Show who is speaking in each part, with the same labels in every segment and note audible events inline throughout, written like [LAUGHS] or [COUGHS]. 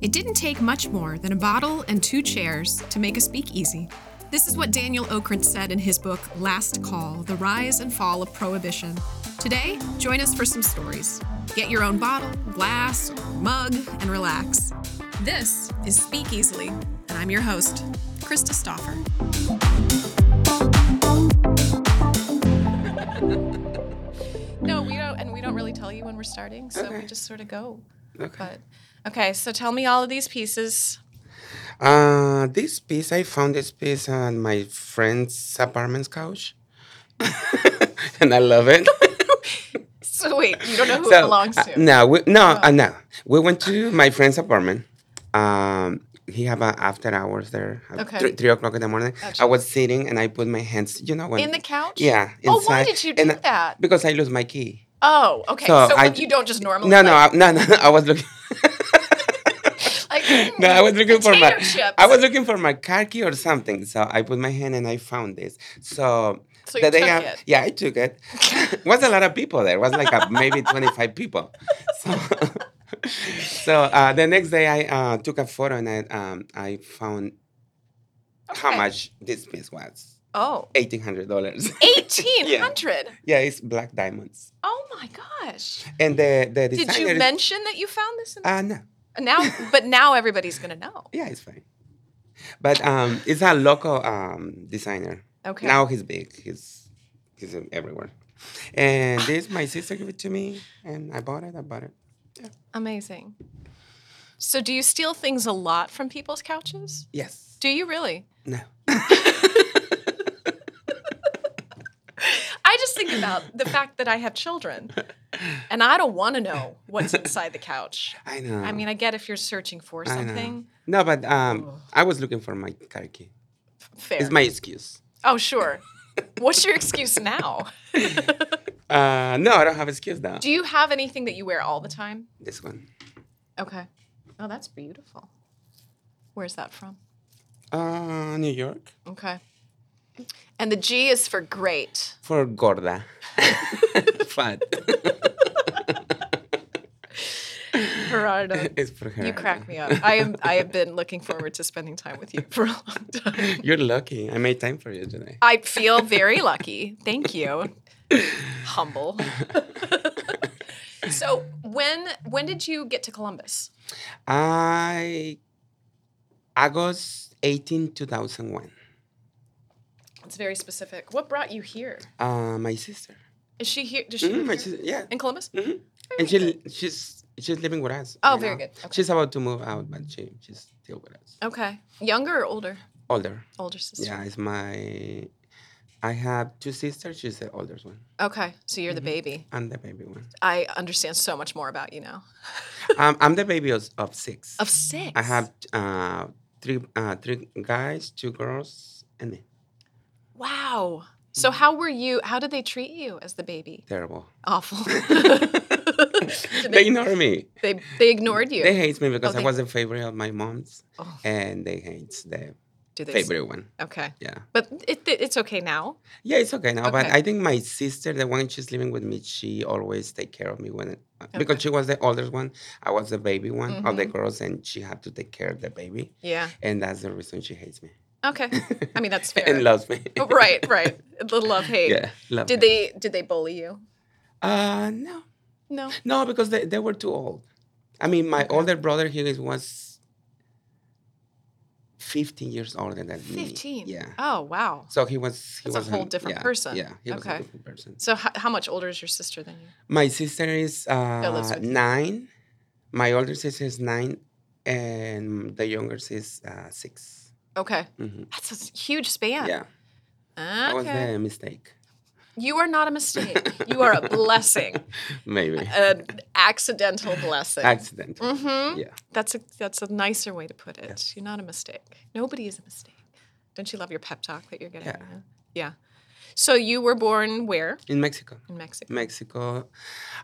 Speaker 1: It didn't take much more than a bottle and two chairs to make a speakeasy. This is what Daniel Okrent said in his book, Last Call The Rise and Fall of Prohibition. Today, join us for some stories. Get your own bottle, glass, mug, and relax. This is Speak Easily, and I'm your host, Krista Stoffer.
Speaker 2: [LAUGHS] No, we don't, and we don't really tell you when we're starting, so we
Speaker 3: Okay.
Speaker 2: just sort of go.
Speaker 3: Okay.
Speaker 2: But okay, so tell me all of these pieces.
Speaker 3: Uh, this piece, I found this piece on my friend's apartment's couch. [LAUGHS] and I love it.
Speaker 2: So wait, you don't know [LAUGHS] who it
Speaker 3: So,
Speaker 2: belongs
Speaker 3: uh,
Speaker 2: to.
Speaker 3: no, we, no, uh, no. We went to my friend's apartment. Um, he have a after hours there. at
Speaker 2: Okay.
Speaker 3: Three, three o'clock in the morning.
Speaker 2: Gotcha.
Speaker 3: I was sitting and I put my hands, you know, when,
Speaker 2: In the couch?
Speaker 3: Yeah.
Speaker 2: Oh, why
Speaker 3: inside.
Speaker 2: did you
Speaker 3: And
Speaker 2: do
Speaker 3: I-
Speaker 2: that?
Speaker 3: Because I lose my key.
Speaker 2: Oh, okay. So,
Speaker 3: So I-
Speaker 2: when you don't just normally.
Speaker 3: No, no, I,
Speaker 2: like,
Speaker 3: no, no. I was looking. [LAUGHS]
Speaker 2: like, mm,
Speaker 3: No, I was looking for my
Speaker 2: potato chips.
Speaker 3: I was looking for my car key or something. So I put my hand and I found this. So,
Speaker 2: So you
Speaker 3: the day
Speaker 2: took
Speaker 3: I-
Speaker 2: it.
Speaker 3: yeah, I took it. [LAUGHS] was a lot of people there. Was like a, maybe twenty five people. [LAUGHS] So, so uh, the next day I uh, took a photo and I um, I found how
Speaker 2: Okay.
Speaker 3: much this piece was.
Speaker 2: Oh.
Speaker 3: Eighteen hundred dollars. [LAUGHS]
Speaker 2: Eighteen hundred.
Speaker 3: yeah, it's black diamonds.
Speaker 2: Oh my gosh!
Speaker 3: And the the
Speaker 2: Did
Speaker 3: designer.
Speaker 2: you
Speaker 3: is-
Speaker 2: mention that you found this? In-
Speaker 3: Uh, no.
Speaker 2: now, but now everybody's gonna know.
Speaker 3: Yeah, it's fine. But um, it's a local um, designer.
Speaker 2: Okay.
Speaker 3: Now he's big. He's he's everywhere. And this my sister gave it to me, and I bought it. I bought it.
Speaker 2: Amazing. So, do you steal things a lot from people's couches?
Speaker 3: Yes.
Speaker 2: Do you really? [LAUGHS]
Speaker 3: No.
Speaker 2: I just think about the fact that I have children and I don't want to know what's inside the couch.
Speaker 3: I know.
Speaker 2: I mean, I get if you're searching for
Speaker 3: I know.
Speaker 2: something.
Speaker 3: No, but um, I was looking for my car key.
Speaker 2: Fair.
Speaker 3: It's my excuse.
Speaker 2: oh, sure. What's your excuse now?
Speaker 3: Uh, no, I don't have excuse now.
Speaker 2: Do you have anything that you wear all the time?
Speaker 3: This one.
Speaker 2: Okay. Oh, that's beautiful. Where's that from?
Speaker 3: Uh, New York
Speaker 2: Okay. And the G is for great.
Speaker 3: for gorda. [LAUGHS] Fat. [LAUGHS]
Speaker 2: Gerardo.
Speaker 3: it's for her.
Speaker 2: You crack me up. I am I have been looking forward to spending time with you for a long time.
Speaker 3: You're lucky. I made time for you today.
Speaker 2: I feel very lucky. Thank you. Humble. so when when did you get to Columbus?
Speaker 3: I August 18, 2001.
Speaker 2: It's very specific. What brought you here?
Speaker 3: Uh, my sister.
Speaker 2: Is she here? Does she
Speaker 3: Mhm,
Speaker 2: live
Speaker 3: my
Speaker 2: here?
Speaker 3: sister, yeah.
Speaker 2: in Columbus?
Speaker 3: And she she's she's living with us.
Speaker 2: Oh,
Speaker 3: right
Speaker 2: very
Speaker 3: now.
Speaker 2: good. Okay.
Speaker 3: She's about to move out, but she she's still with us.
Speaker 2: Okay. Younger or older?
Speaker 3: Older.
Speaker 2: Older sister.
Speaker 3: Yeah, it's my I have two sisters, she's the oldest one.
Speaker 2: Okay. So you're the baby.
Speaker 3: I'm the
Speaker 2: [LAUGHS]
Speaker 3: baby one.
Speaker 2: I understand so much more about you now.
Speaker 3: um, I'm the baby of, of six.
Speaker 2: Of six.
Speaker 3: I have uh, three uh, three guys, two girls, and me.
Speaker 2: Wow. So how were you how did they treat you as the baby? [LAUGHS]
Speaker 3: Terrible. [LAUGHS]
Speaker 2: Awful. Did
Speaker 3: They ignore me.
Speaker 2: They they ignored you.
Speaker 3: They hate me because
Speaker 2: Okay.
Speaker 3: I was the favorite of my mom's,
Speaker 2: Oh.
Speaker 3: and they hate the
Speaker 2: Do they s-
Speaker 3: favorite one.
Speaker 2: Okay.
Speaker 3: Yeah,
Speaker 2: But it, it- it's okay now.
Speaker 3: yeah, it's okay now. But
Speaker 2: Okay.
Speaker 3: I think my sister, the one she's living with me, she always take care of me when uh,
Speaker 2: Okay. Mm-hmm.
Speaker 3: because she was the oldest one. I was the baby one of the girls, and she had to take care of the baby,
Speaker 2: Yeah.
Speaker 3: and that's the reason she hates me
Speaker 2: Okay. I mean
Speaker 3: [LAUGHS]
Speaker 2: that's fair.
Speaker 3: and loves me.
Speaker 2: Oh, [LAUGHS] right, right. A little love hate.
Speaker 3: yeah, love
Speaker 2: Did
Speaker 3: me.
Speaker 2: they did they bully you?
Speaker 3: Uh, no,
Speaker 2: No.
Speaker 3: no, because they, they were too old. I mean, my older brother he is was. 15 years older than me.
Speaker 2: 15.
Speaker 3: Yeah.
Speaker 2: Oh, wow.
Speaker 3: So he was. He
Speaker 2: That's a
Speaker 3: was
Speaker 2: whole different
Speaker 3: yeah,
Speaker 2: person.
Speaker 3: Yeah, he was
Speaker 2: Okay.
Speaker 3: a different person.
Speaker 2: So how, how much older is your sister than you?
Speaker 3: My sister is
Speaker 2: lives
Speaker 3: uh,
Speaker 2: with you.
Speaker 3: nine. My older sister is nine, and the younger is uh, 6
Speaker 2: Okay.
Speaker 3: Mhm.
Speaker 2: That's a s- huge span.
Speaker 3: Yeah, that was
Speaker 2: Okay.
Speaker 3: the mistake.
Speaker 2: You are not a mistake. You
Speaker 3: [LAUGHS]
Speaker 2: are a blessing. [LAUGHS]
Speaker 3: Maybe
Speaker 2: An accidental blessing.
Speaker 3: accident.
Speaker 2: Mhm.
Speaker 3: Yeah.
Speaker 2: That's a that's a nicer way to put it. You're not a mistake. Nobody is a mistake. Don't you love your pep talk that you're getting?
Speaker 3: Yeah.
Speaker 2: right now? Yeah. So you were born where?
Speaker 3: In Mexico.
Speaker 2: In Mexico.
Speaker 3: Mexico.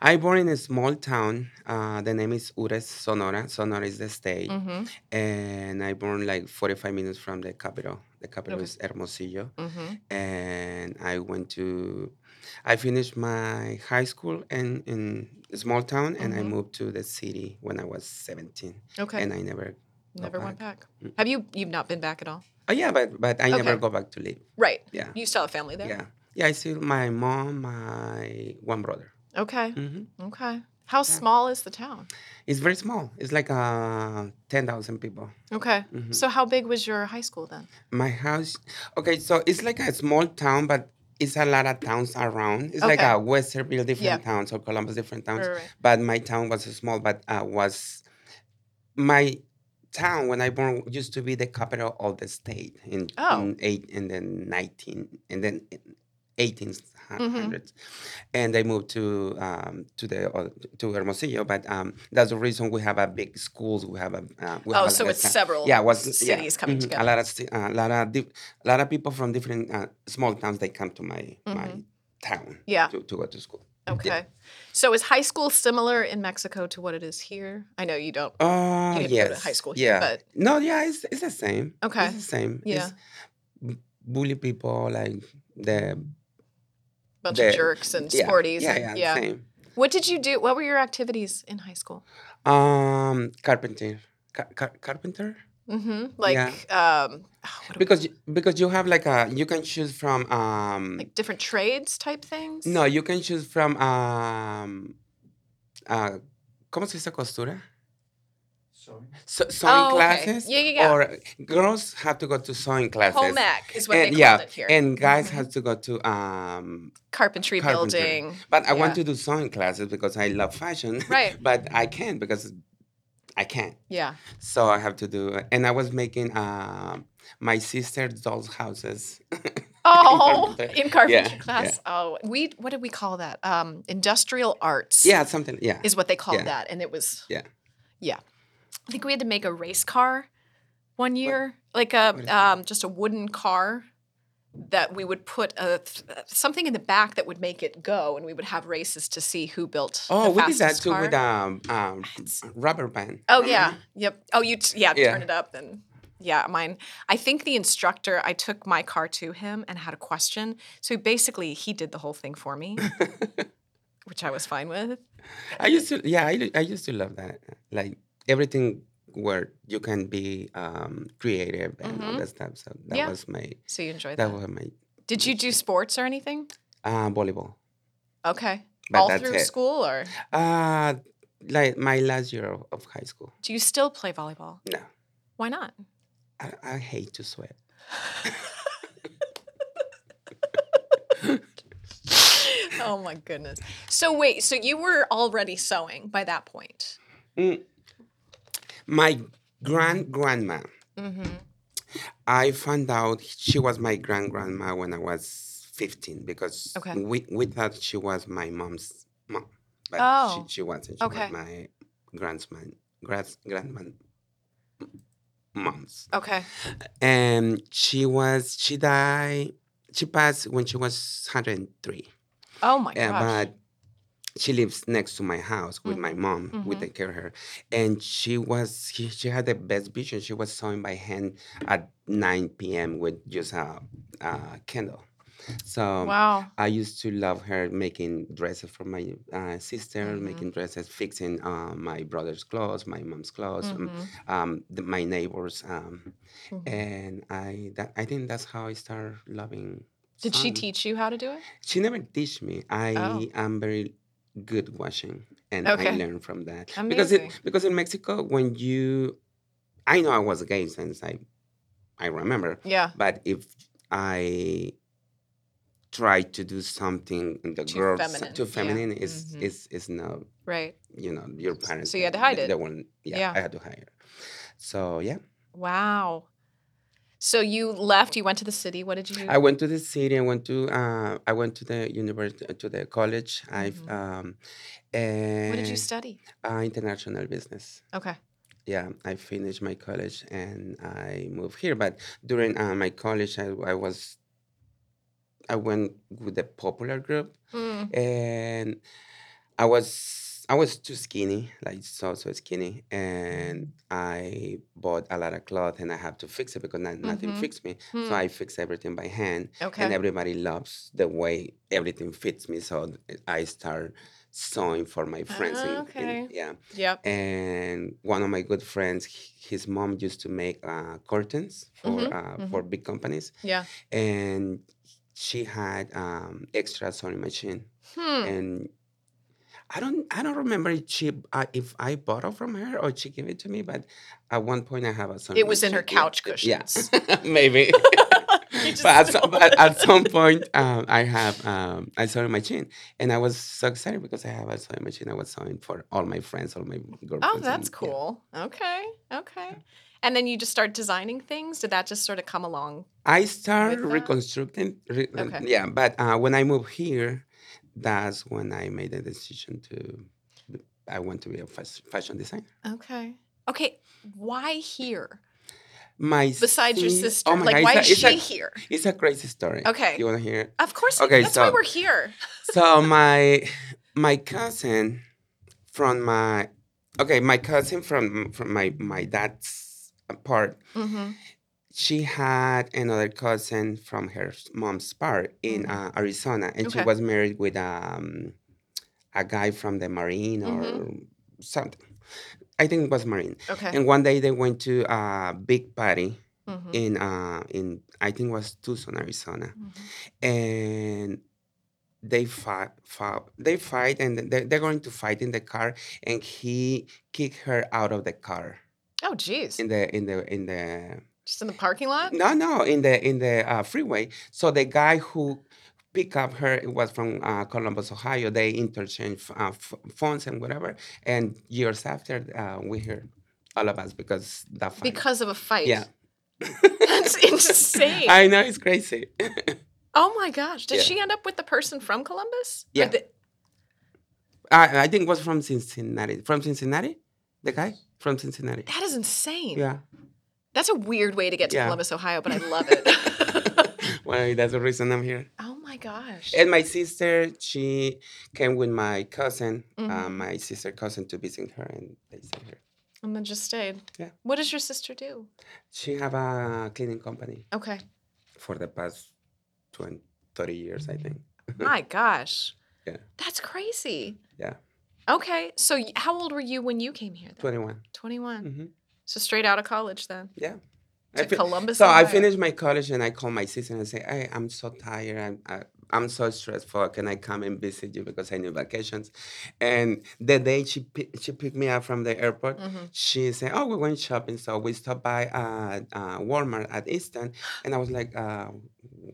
Speaker 3: I born in a small town. Uh, the name is Ures, Sonora. Sonora is the state,
Speaker 2: Mm. Mm-hmm.
Speaker 3: and I born like 45 minutes from the capital. The capital is Hermosillo.
Speaker 2: Mm-hmm.
Speaker 3: and I went to I finished my high school in, in a small town and
Speaker 2: Mm-hmm.
Speaker 3: I moved to the city when I was 17.
Speaker 2: Okay.
Speaker 3: And I never, go
Speaker 2: Never went back. Have you? You've not been back at all.
Speaker 3: oh yeah, but, but I never
Speaker 2: Okay.
Speaker 3: go back to live.
Speaker 2: Right.
Speaker 3: Yeah.
Speaker 2: You still have family there.
Speaker 3: Yeah. Yeah, I see my mom, my one brother.
Speaker 2: Okay.
Speaker 3: hmm
Speaker 2: Okay. How small is the town?
Speaker 3: It's very small. It's like uh, 10,000 people.
Speaker 2: Okay.
Speaker 3: Mm-hmm.
Speaker 2: So how big was your high school then?
Speaker 3: My house. Okay, so it's like a small town, but it's a lot of towns around. It's like
Speaker 2: Okay.
Speaker 3: a Westerville, different
Speaker 2: Yeah.
Speaker 3: towns, or Columbus, different towns.
Speaker 2: Right, right.
Speaker 3: But my town was small, but uh, was my town when I born used to be the capital of the state in,
Speaker 2: Oh.
Speaker 3: in eight and then nineteen and then eighteen
Speaker 2: Mm-hmm.
Speaker 3: and they moved to um, to the uh, to Hermosillo. But um, that's the reason we have a big schools. We have a uh, we have a
Speaker 2: Oh,
Speaker 3: lot
Speaker 2: so
Speaker 3: of
Speaker 2: it's
Speaker 3: town-
Speaker 2: several
Speaker 3: yeah, it was,
Speaker 2: cities coming
Speaker 3: mhm,
Speaker 2: together.
Speaker 3: A lot of ci- a lot of diff- a lot of people from different uh, small towns. They come to my my town
Speaker 2: Mm-hmm. Yeah.
Speaker 3: to, to go to school.
Speaker 2: Okay. So is high school similar in Mexico to what it is here? I know you don't.
Speaker 3: Oh
Speaker 2: You didn't go
Speaker 3: yes,
Speaker 2: to high school here,
Speaker 3: Yeah,
Speaker 2: but-
Speaker 3: no, yeah, it's it's the same.
Speaker 2: Okay.
Speaker 3: it's the same.
Speaker 2: Yeah.
Speaker 3: It's bully people like the
Speaker 2: bunch
Speaker 3: the-
Speaker 2: of jerks and
Speaker 3: yeah,
Speaker 2: sporties.
Speaker 3: Yeah,
Speaker 2: and-
Speaker 3: yeah,
Speaker 2: yeah.
Speaker 3: same.
Speaker 2: What did you do? What were your activities in high school?
Speaker 3: Um, carpenter, Car- car- carpenter.
Speaker 2: hmm Like, um, oh, what do we-
Speaker 3: because you- because you have like a you can choose from um
Speaker 2: like different trades type things?
Speaker 3: no you can choose from um uh ¿Cómo se dice costura? So, sewing
Speaker 2: Oh, okay.
Speaker 3: classes.
Speaker 2: Yeah, yeah, yeah.
Speaker 3: Or girls have to go to sewing classes.
Speaker 2: Home ec is what
Speaker 3: and,
Speaker 2: they called
Speaker 3: yeah,
Speaker 2: it here.
Speaker 3: and guys
Speaker 2: Mm-hmm.
Speaker 3: have to go to um
Speaker 2: carpentry,
Speaker 3: carpentry.
Speaker 2: building.
Speaker 3: [LAUGHS] But I
Speaker 2: Yeah.
Speaker 3: want to do sewing classes because I love fashion.
Speaker 2: Right.
Speaker 3: [LAUGHS] but I can't because I can't. [LAUGHS]
Speaker 2: Yeah.
Speaker 3: So I have to do. And I was making um my sister's doll's houses.
Speaker 2: Oh, [LAUGHS]
Speaker 3: carpentry.
Speaker 2: in carpentry
Speaker 3: Yeah, yeah.
Speaker 2: class. Oh, we what did we call that? Um, industrial arts.
Speaker 3: yeah, something. Yeah.
Speaker 2: is what they called
Speaker 3: Yeah.
Speaker 2: that, and it was
Speaker 3: Yeah.
Speaker 2: yeah. I think we had to make a race car one year, like
Speaker 3: is
Speaker 2: a
Speaker 3: that?
Speaker 2: um, just a wooden car that we would put a, th- something in the back that would make it go, and we would have races to see who built.
Speaker 3: Oh,
Speaker 2: the
Speaker 3: we did that
Speaker 2: fastest
Speaker 3: too
Speaker 2: car.
Speaker 3: with um, um rubber band.
Speaker 2: Oh yeah, yep. Oh, you t- yeah,
Speaker 3: Yeah.
Speaker 2: turn it up and yeah, mine. I think the instructor. I took my car to him and had a question, so basically he did the whole thing for me,
Speaker 3: [LAUGHS]
Speaker 2: which I was fine with.
Speaker 3: I used to. Yeah, I, li- I used to love that. Like everything where you can be um creative and all that stuff. So that
Speaker 2: Mm-hmm. Yeah.
Speaker 3: was my
Speaker 2: So you enjoyed
Speaker 3: that
Speaker 2: that.
Speaker 3: was my
Speaker 2: Did you do sports or anything?
Speaker 3: uh, volleyball.
Speaker 2: Okay.
Speaker 3: But
Speaker 2: All
Speaker 3: that's
Speaker 2: through
Speaker 3: it.
Speaker 2: school, or
Speaker 3: Uh like my last year of, of high school.
Speaker 2: do you still play volleyball?
Speaker 3: No.
Speaker 2: Why
Speaker 3: [LAUGHS]
Speaker 2: not?
Speaker 3: I, I hate to sweat.
Speaker 2: Oh my goodness. So wait, so you were already sewing by that point.
Speaker 3: My grand grandma. I found out she was my grand grandma when I was 15 because
Speaker 2: Okay.
Speaker 3: we, we thought she was my mom's mom. But
Speaker 2: Oh.
Speaker 3: she, she wasn't. She
Speaker 2: Okay.
Speaker 3: was my grandman, grand, grandman mom's.
Speaker 2: Okay.
Speaker 3: And she was, she died, she passed when she was 103.
Speaker 2: Oh my
Speaker 3: Yeah,
Speaker 2: gosh.
Speaker 3: Uh,
Speaker 2: Mm-hmm.
Speaker 3: but she lives next to my house with my mom. We take care of her, and she was she, she had the best vision. She was sewing by hand at 9 p.m. with just a, a candle. So
Speaker 2: Wow.
Speaker 3: I used to love her making dresses for my uh, sister,
Speaker 2: Mm-hmm.
Speaker 3: making dresses, fixing uh, my brother's clothes, my mom's clothes, um,
Speaker 2: Mm-hmm.
Speaker 3: um, the, my neighbors, um, and I. That, I think that's how I started loving.
Speaker 2: Did she
Speaker 3: sewing.
Speaker 2: teach you how to do it?
Speaker 3: She never teach me. I
Speaker 2: Oh.
Speaker 3: am very good washing, and I
Speaker 2: Okay.
Speaker 3: learned from that. Because it,
Speaker 2: Amazing.
Speaker 3: because in Mexico, when you, I know I was gay since I, I remember.
Speaker 2: Yeah.
Speaker 3: But if I try to do something, and the
Speaker 2: Too
Speaker 3: girls
Speaker 2: feminine,
Speaker 3: too
Speaker 2: yeah.
Speaker 3: feminine, is is is not.
Speaker 2: Right.
Speaker 3: You know your parents.
Speaker 2: you had to
Speaker 3: they-
Speaker 2: hide
Speaker 3: they-
Speaker 2: it.
Speaker 3: They won't- yeah,
Speaker 2: Yeah.
Speaker 3: I had to hide it. So yeah.
Speaker 2: Wow. So you left, you went to the city. What did you do?
Speaker 3: I went to the city. I went to uh, I went to the university to the college. I've um, and
Speaker 2: Mm-hmm. what did you study?
Speaker 3: Uh, international business.
Speaker 2: Okay.
Speaker 3: Yeah, I finished my college and I moved here. But during uh, my college, I, I was Mm-hmm. I went with the popular group, and I was I was too skinny, like so so skinny, and I bought a lot of cloth, and I have to fix it because not, nothing
Speaker 2: Mhm.
Speaker 3: fixed me.
Speaker 2: Hmm.
Speaker 3: So I fix everything by hand,
Speaker 2: Okay.
Speaker 3: and everybody loves the way everything fits me. So I start sewing for my friends. and- and-
Speaker 2: Okay.
Speaker 3: yeah,
Speaker 2: Yep.
Speaker 3: and one of my good friends, h- his mom used to make uh, curtains for
Speaker 2: Mhm,
Speaker 3: uh, for big companies,
Speaker 2: Yeah.
Speaker 3: and she had um, extra sewing machine
Speaker 2: Hmm.
Speaker 3: and I don't I don't remember if she uh, if I bought it from her or she gave it to me, but at one point I have a son.
Speaker 2: It was in her couch [LAUGHS] cushions.
Speaker 3: Yeah, [LAUGHS] maybe.
Speaker 2: just
Speaker 3: but, at
Speaker 2: stole
Speaker 3: some,
Speaker 2: [LAUGHS]
Speaker 3: but at some point, um, I have um, I sewing machine, and I was so excited because I have a sewing machine. I was sewing for all my friends, all my girlfriends.
Speaker 2: Oh, that's
Speaker 3: and, yeah.
Speaker 2: cool. Okay. Okay. And then you just start designing things. Did that just sort of come along?
Speaker 3: I started
Speaker 2: that?
Speaker 3: reconstructing. Re,
Speaker 2: Okay.
Speaker 3: Yeah, but uh, when I moved here, that's when I made the decision to I want to be a fas- fashion designer.
Speaker 2: Okay. Okay. Why here?
Speaker 3: My
Speaker 2: Besides your
Speaker 3: sis-
Speaker 2: sister,
Speaker 3: oh my
Speaker 2: like
Speaker 3: God,
Speaker 2: why
Speaker 3: it's
Speaker 2: is
Speaker 3: a-
Speaker 2: she
Speaker 3: it's a,
Speaker 2: here?
Speaker 3: It's a crazy story.
Speaker 2: Okay.
Speaker 3: you want to hear?
Speaker 2: Of course.
Speaker 3: Okay,
Speaker 2: that's why
Speaker 3: so-
Speaker 2: we're here.
Speaker 3: So my my cousin from my okay my cousin from from my my dad's part.
Speaker 2: Mm-hmm.
Speaker 3: She had another cousin from her mom's part in
Speaker 2: Mhm.
Speaker 3: uh, Arizona, and
Speaker 2: Okay.
Speaker 3: she was married with um, a guy from the Marine or something. I think it was Marine.
Speaker 2: Mm-hmm. Okay.
Speaker 3: And one day they went to a big party
Speaker 2: Mhm.
Speaker 3: in uh, in I think it was Tucson, Arizona.
Speaker 2: Mhm.
Speaker 3: and they fight, fight they fight and they're, they're going to fight in the car and he kicked her out of the car
Speaker 2: Oh, geez.
Speaker 3: in the in the in the
Speaker 2: just in the parking lot.
Speaker 3: no no in the in the uh, freeway so the guy who picked up her it was from uh, columbus ohio they interchanged uh, f- phones and whatever and years after uh, we heard all of us because that fight
Speaker 2: Because of a fight. [LAUGHS]
Speaker 3: yeah [LAUGHS]
Speaker 2: That's insane.
Speaker 3: i know it's crazy
Speaker 2: oh my gosh. Did
Speaker 3: Yeah.
Speaker 2: she end up with the person from Columbus? Or
Speaker 3: Yeah.
Speaker 2: the-
Speaker 3: I, I think it was from Cincinnati. From Cincinnati, the guy from Cincinnati.
Speaker 2: that is insane.
Speaker 3: Yeah,
Speaker 2: That's a weird way to get to
Speaker 3: Yeah.
Speaker 2: Columbus, Ohio, but I
Speaker 3: [LAUGHS]
Speaker 2: love it. [LAUGHS]
Speaker 3: well, that's the reason I'm here.
Speaker 2: oh my gosh.
Speaker 3: And my sister, she came with my cousin, uh,
Speaker 2: Mhm.
Speaker 3: my sister cousin, to visit her, and they stayed here.
Speaker 2: and then just stayed.
Speaker 3: Yeah.
Speaker 2: What does your sister do?
Speaker 3: She have a cleaning company
Speaker 2: Okay.
Speaker 3: for the past 20, 30 years, I think. [LAUGHS]
Speaker 2: my gosh.
Speaker 3: Yeah.
Speaker 2: That's crazy.
Speaker 3: Yeah,
Speaker 2: Okay. So y- how old were you when you came here? Then?
Speaker 3: 21.
Speaker 2: 21.
Speaker 3: hmm
Speaker 2: So straight out of college then.
Speaker 3: Yeah. I
Speaker 2: To
Speaker 3: fi-
Speaker 2: Columbus.
Speaker 3: so I
Speaker 2: Ohio.
Speaker 3: finished my college and I call my sister and I say, hey, I'm so tired. I'm, I, I'm so stressful. Can I come and visit you because I need vacations? And the day she pi- she picked me up from the airport,
Speaker 2: Mhm.
Speaker 3: she said, oh, we went shopping. So we stopped by at uh, Walmart at Easton. And I was like, uh,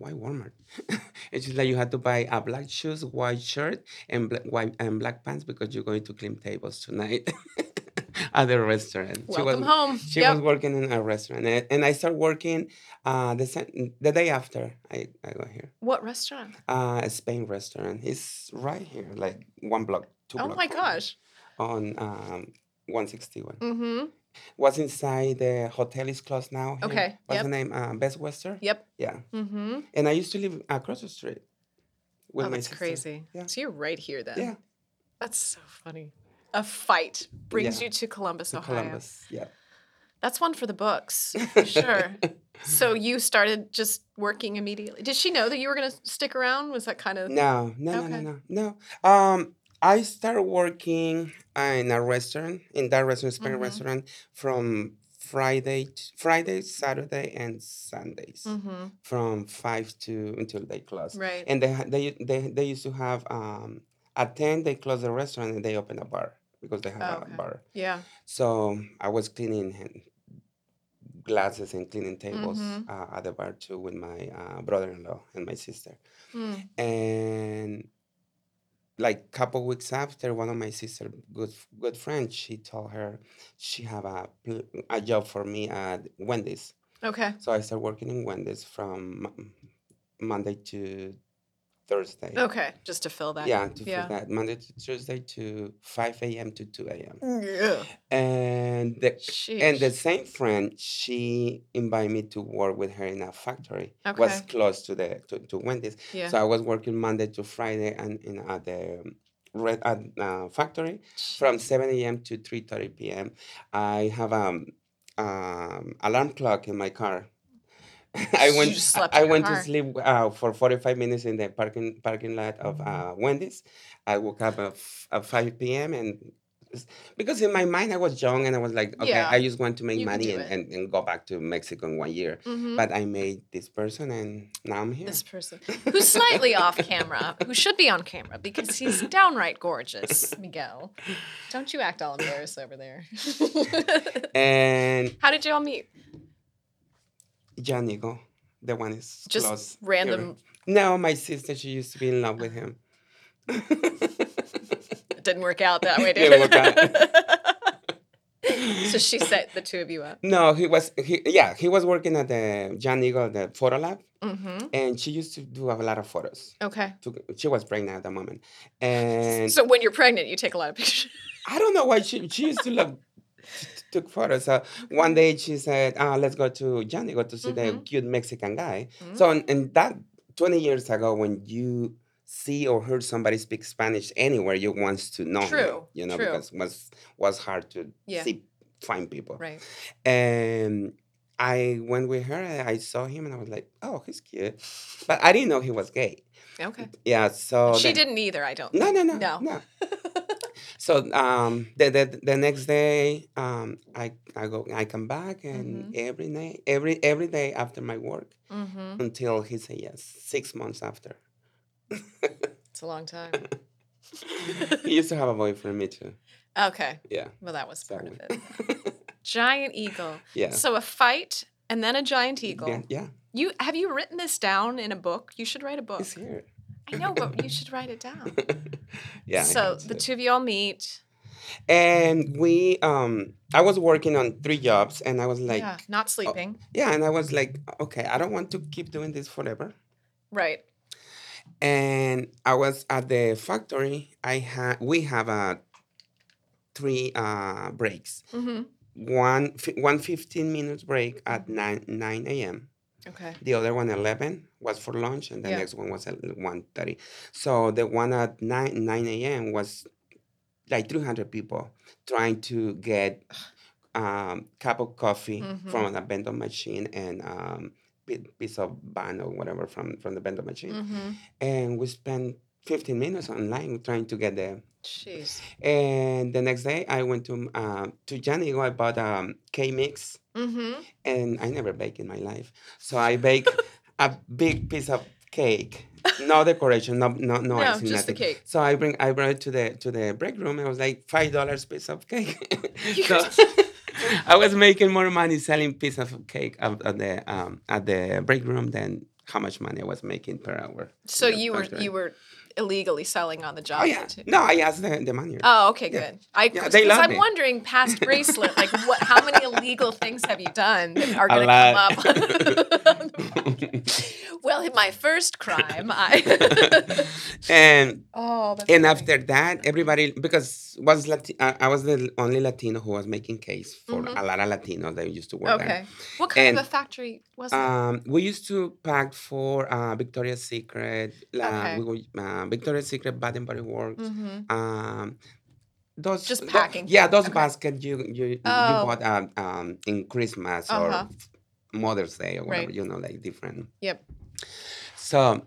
Speaker 3: why Walmart? [LAUGHS] and she's like, you had to buy uh, black shoes, white shirt, and, bla- white, and black pants because you're going to clean tables tonight [LAUGHS] at the restaurant. She
Speaker 2: Welcome
Speaker 3: was-
Speaker 2: home.
Speaker 3: she
Speaker 2: Yep.
Speaker 3: was working in a restaurant, and, and I started working uh, the sen- the day after I, I got here.
Speaker 2: What restaurant?
Speaker 3: Uh, a Spain restaurant. It's right here, like one block, two
Speaker 2: Oh
Speaker 3: block
Speaker 2: my
Speaker 3: from-
Speaker 2: gosh.
Speaker 3: On um, 161.
Speaker 2: Mm-hmm.
Speaker 3: Was inside the hotel is closed now. here.
Speaker 2: Okay,
Speaker 3: What's
Speaker 2: yep.
Speaker 3: the name? Uh, Best Western?
Speaker 2: Yep.
Speaker 3: Yeah.
Speaker 2: Mm-hmm.
Speaker 3: And I used to live across the street with
Speaker 2: Oh,
Speaker 3: my
Speaker 2: that's
Speaker 3: sister.
Speaker 2: crazy.
Speaker 3: Yeah.
Speaker 2: So you're right here then.
Speaker 3: Yeah.
Speaker 2: That's so funny. A fight brings
Speaker 3: Yeah.
Speaker 2: you to Columbus,
Speaker 3: To
Speaker 2: Ohio.
Speaker 3: Columbus. Yeah.
Speaker 2: That's one for the books, for
Speaker 3: [LAUGHS]
Speaker 2: sure. so you started just working immediately. Did she know that you were going to stick around? Was that kind of
Speaker 3: No, no,
Speaker 2: Okay.
Speaker 3: no, no, no, no. Um, I started working uh, in a restaurant, in that restaurant, Spanish
Speaker 2: Mhm.
Speaker 3: restaurant, from Friday, t- Friday, Saturday, and Sundays,
Speaker 2: Mhm,
Speaker 3: from five to until they close.
Speaker 2: right?
Speaker 3: And they, ha- they they they used to have um at ten they close the restaurant and they open a bar because they have
Speaker 2: Oh, Okay.
Speaker 3: a bar.
Speaker 2: yeah.
Speaker 3: So I was cleaning hand- glasses and cleaning tables
Speaker 2: Mhm.
Speaker 3: uh, at the bar too with my uh, brother-in-law and my sister
Speaker 2: Mm.
Speaker 3: and like couple weeks after one of my sister good good friends she told her she have a, pl- a job for me at wendy's
Speaker 2: Okay.
Speaker 3: so i started working in wendy's from Mon- monday to thursday
Speaker 2: Okay. Just to fill that.
Speaker 3: yeah to fill
Speaker 2: Yeah.
Speaker 3: that monday to thursday to 5 a.m to 2 a.m
Speaker 2: Yeah.
Speaker 3: and the and the
Speaker 2: Sheesh.
Speaker 3: same friend, she invited me to work with her in a factory. Was
Speaker 2: Okay.
Speaker 3: close to the to, to Wendy's.
Speaker 2: Yeah.
Speaker 3: So I was working Monday to Friday and in at the red at uh, factory from 7 a.m. to 3:30 p.m. I have um, um alarm clock in my car. [LAUGHS] I
Speaker 2: You
Speaker 3: went.
Speaker 2: just slept
Speaker 3: I
Speaker 2: in your
Speaker 3: went
Speaker 2: car.
Speaker 3: to sleep uh, for 45 minutes in the parking parking lot of uh, Wendy's. I woke up at, f- at 5 p.m. and s- because in my mind I was young and I was like, okay,
Speaker 2: Yeah.
Speaker 3: I just want to make
Speaker 2: You can
Speaker 3: money
Speaker 2: do
Speaker 3: and,
Speaker 2: it.
Speaker 3: and, and go back to Mexico in one year.
Speaker 2: Mhm.
Speaker 3: But I made this person and now I'm here.
Speaker 2: This person who's slightly off camera, who should be on camera because he's downright gorgeous, Miguel. Don't you act all embarrassed over
Speaker 3: [LAUGHS]
Speaker 2: there.
Speaker 3: And
Speaker 2: How did y'all meet?
Speaker 3: Janigo, the one is
Speaker 2: Just
Speaker 3: close here.
Speaker 2: random.
Speaker 3: No, my sister, she used to be in love with him.
Speaker 2: It didn't work out that way,
Speaker 3: [LAUGHS]
Speaker 2: did
Speaker 3: Didn't work
Speaker 2: it? [LAUGHS] so she set the two of you up.
Speaker 3: [LAUGHS] no, he was he yeah, he was working at the John Eagle, the photo lab,
Speaker 2: Mm-hmm.
Speaker 3: and she used to do a lot of photos.
Speaker 2: Okay.
Speaker 3: To, she was pregnant at the moment. And
Speaker 2: Ah, So when you're pregnant, you take a lot of pictures.
Speaker 3: I don't know why she she used to love t- t- took photos. So
Speaker 2: Mm-hmm.
Speaker 3: one day she said, ah, let's go to Johnny, go to see the
Speaker 2: Mhm.
Speaker 3: cute Mexican guy.
Speaker 2: Mm-hmm.
Speaker 3: So and, and that 20 years ago when you see or heard somebody speak Spanish anywhere, you want to know. him,
Speaker 2: True,
Speaker 3: you know,
Speaker 2: true.
Speaker 3: because was was hard to
Speaker 2: Yeah.
Speaker 3: see find people.
Speaker 2: [LAUGHS] Right.
Speaker 3: And I went with her and I saw him and I was like, oh, he's cute. But I didn't know he was gay.
Speaker 2: Okay.
Speaker 3: Yeah, so
Speaker 2: she
Speaker 3: then-
Speaker 2: didn't either, I don't
Speaker 3: Oh, no,
Speaker 2: think.
Speaker 3: no, no,
Speaker 2: No.
Speaker 3: no.
Speaker 2: [LAUGHS]
Speaker 3: so um, the, the the next day, um, I I go I come back and every night, every every day after my work
Speaker 2: Mm-hmm.
Speaker 3: until he say yes. Six months after, [LAUGHS]
Speaker 2: It's a long time.
Speaker 3: he used to have a boyfriend. Me too.
Speaker 2: Okay. [LAUGHS]
Speaker 3: Yeah.
Speaker 2: Well, that was
Speaker 3: So-
Speaker 2: part of it. Giant eagle.
Speaker 3: [LAUGHS] yeah.
Speaker 2: So a fight and then a giant eagle.
Speaker 3: yeah. Yeah.
Speaker 2: You have you written this down in a book? You should write a book.
Speaker 3: It's here.
Speaker 2: I know, but
Speaker 3: [LAUGHS]
Speaker 2: you should write it down.
Speaker 3: Yeah. I
Speaker 2: so
Speaker 3: had
Speaker 2: the
Speaker 3: to.
Speaker 2: two of y'all meet.
Speaker 3: and we um I was working on three jobs and I was like oh.
Speaker 2: yeah,
Speaker 3: yeah,
Speaker 2: not sleeping.
Speaker 3: and I was like okay I don't want to keep doing this forever.
Speaker 2: Right.
Speaker 3: and I was at the factory. I had we have uh, three uh, breaks.
Speaker 2: Mm-hmm.
Speaker 3: One fi- one 15 minutes break at nine nine a.m.
Speaker 2: Okay.
Speaker 3: The other one 11 was for lunch, and the
Speaker 2: Yeah.
Speaker 3: next one was at 1.30. So the one at nine nine a.m. was like 300 people trying to get um, cup of coffee from a vending machine and um, pi- piece of bun or whatever from from the vending machine
Speaker 2: Mm-hmm.
Speaker 3: and we spent 15 minutes online trying to get there.
Speaker 2: Jeez.
Speaker 3: And the next day, I went to uh, to Janigo. I bought um, K mix, [LAUGHS]
Speaker 2: Mm-hmm.
Speaker 3: and I never bake in my life, so I
Speaker 2: [LAUGHS]
Speaker 3: bake a big piece of cake, no decoration, no no no,
Speaker 2: No,
Speaker 3: icing,
Speaker 2: just the
Speaker 3: nothing.
Speaker 2: cake.
Speaker 3: So I bring I brought it to the to the break room. and I was like five dollars piece of
Speaker 2: [LAUGHS]
Speaker 3: cake. so [LAUGHS] I was making more money selling piece of cake at, at the um, at the break room than how much money I was making per hour.
Speaker 2: So
Speaker 3: Yeah,
Speaker 2: you were
Speaker 3: factory.
Speaker 2: you were illegally selling on the job.
Speaker 3: Oh yeah.
Speaker 2: too.
Speaker 3: No, I asked the, the manager.
Speaker 2: Oh, okay, good. I
Speaker 3: Yeah,
Speaker 2: because
Speaker 3: they love
Speaker 2: I'm
Speaker 3: me.
Speaker 2: wondering
Speaker 3: [LAUGHS]
Speaker 2: past bracelet, like what? How many illegal things have you done that are
Speaker 3: A
Speaker 2: going to come
Speaker 3: lot.
Speaker 2: up? on
Speaker 3: [LAUGHS]
Speaker 2: the podcast? [LAUGHS] well, my first crime,
Speaker 3: [LAUGHS]
Speaker 2: I.
Speaker 3: and
Speaker 2: oh, that's
Speaker 3: and
Speaker 2: funny.
Speaker 3: after that, everybody because was Lati- I I was the only Latino who was making case for a lot of Latinos that used to work
Speaker 2: Mm-hmm. Okay. What kind
Speaker 3: And-
Speaker 2: of a factory was
Speaker 3: there.
Speaker 2: it?
Speaker 3: Um, we used to pack for uh, Victoria's Secret. Uh,
Speaker 2: Okay.
Speaker 3: We would, uh, Victoria's Secret, Bath and Body Works.
Speaker 2: Mm-hmm.
Speaker 3: Um, those
Speaker 2: Just
Speaker 3: tho-
Speaker 2: packing
Speaker 3: yeah, those
Speaker 2: things, okay.
Speaker 3: baskets you you,
Speaker 2: Oh.
Speaker 3: you bought um, um, in Christmas
Speaker 2: Uh-huh.
Speaker 3: or Mother's Day or whatever.
Speaker 2: Right.
Speaker 3: You know, like different.
Speaker 2: Yep.
Speaker 3: So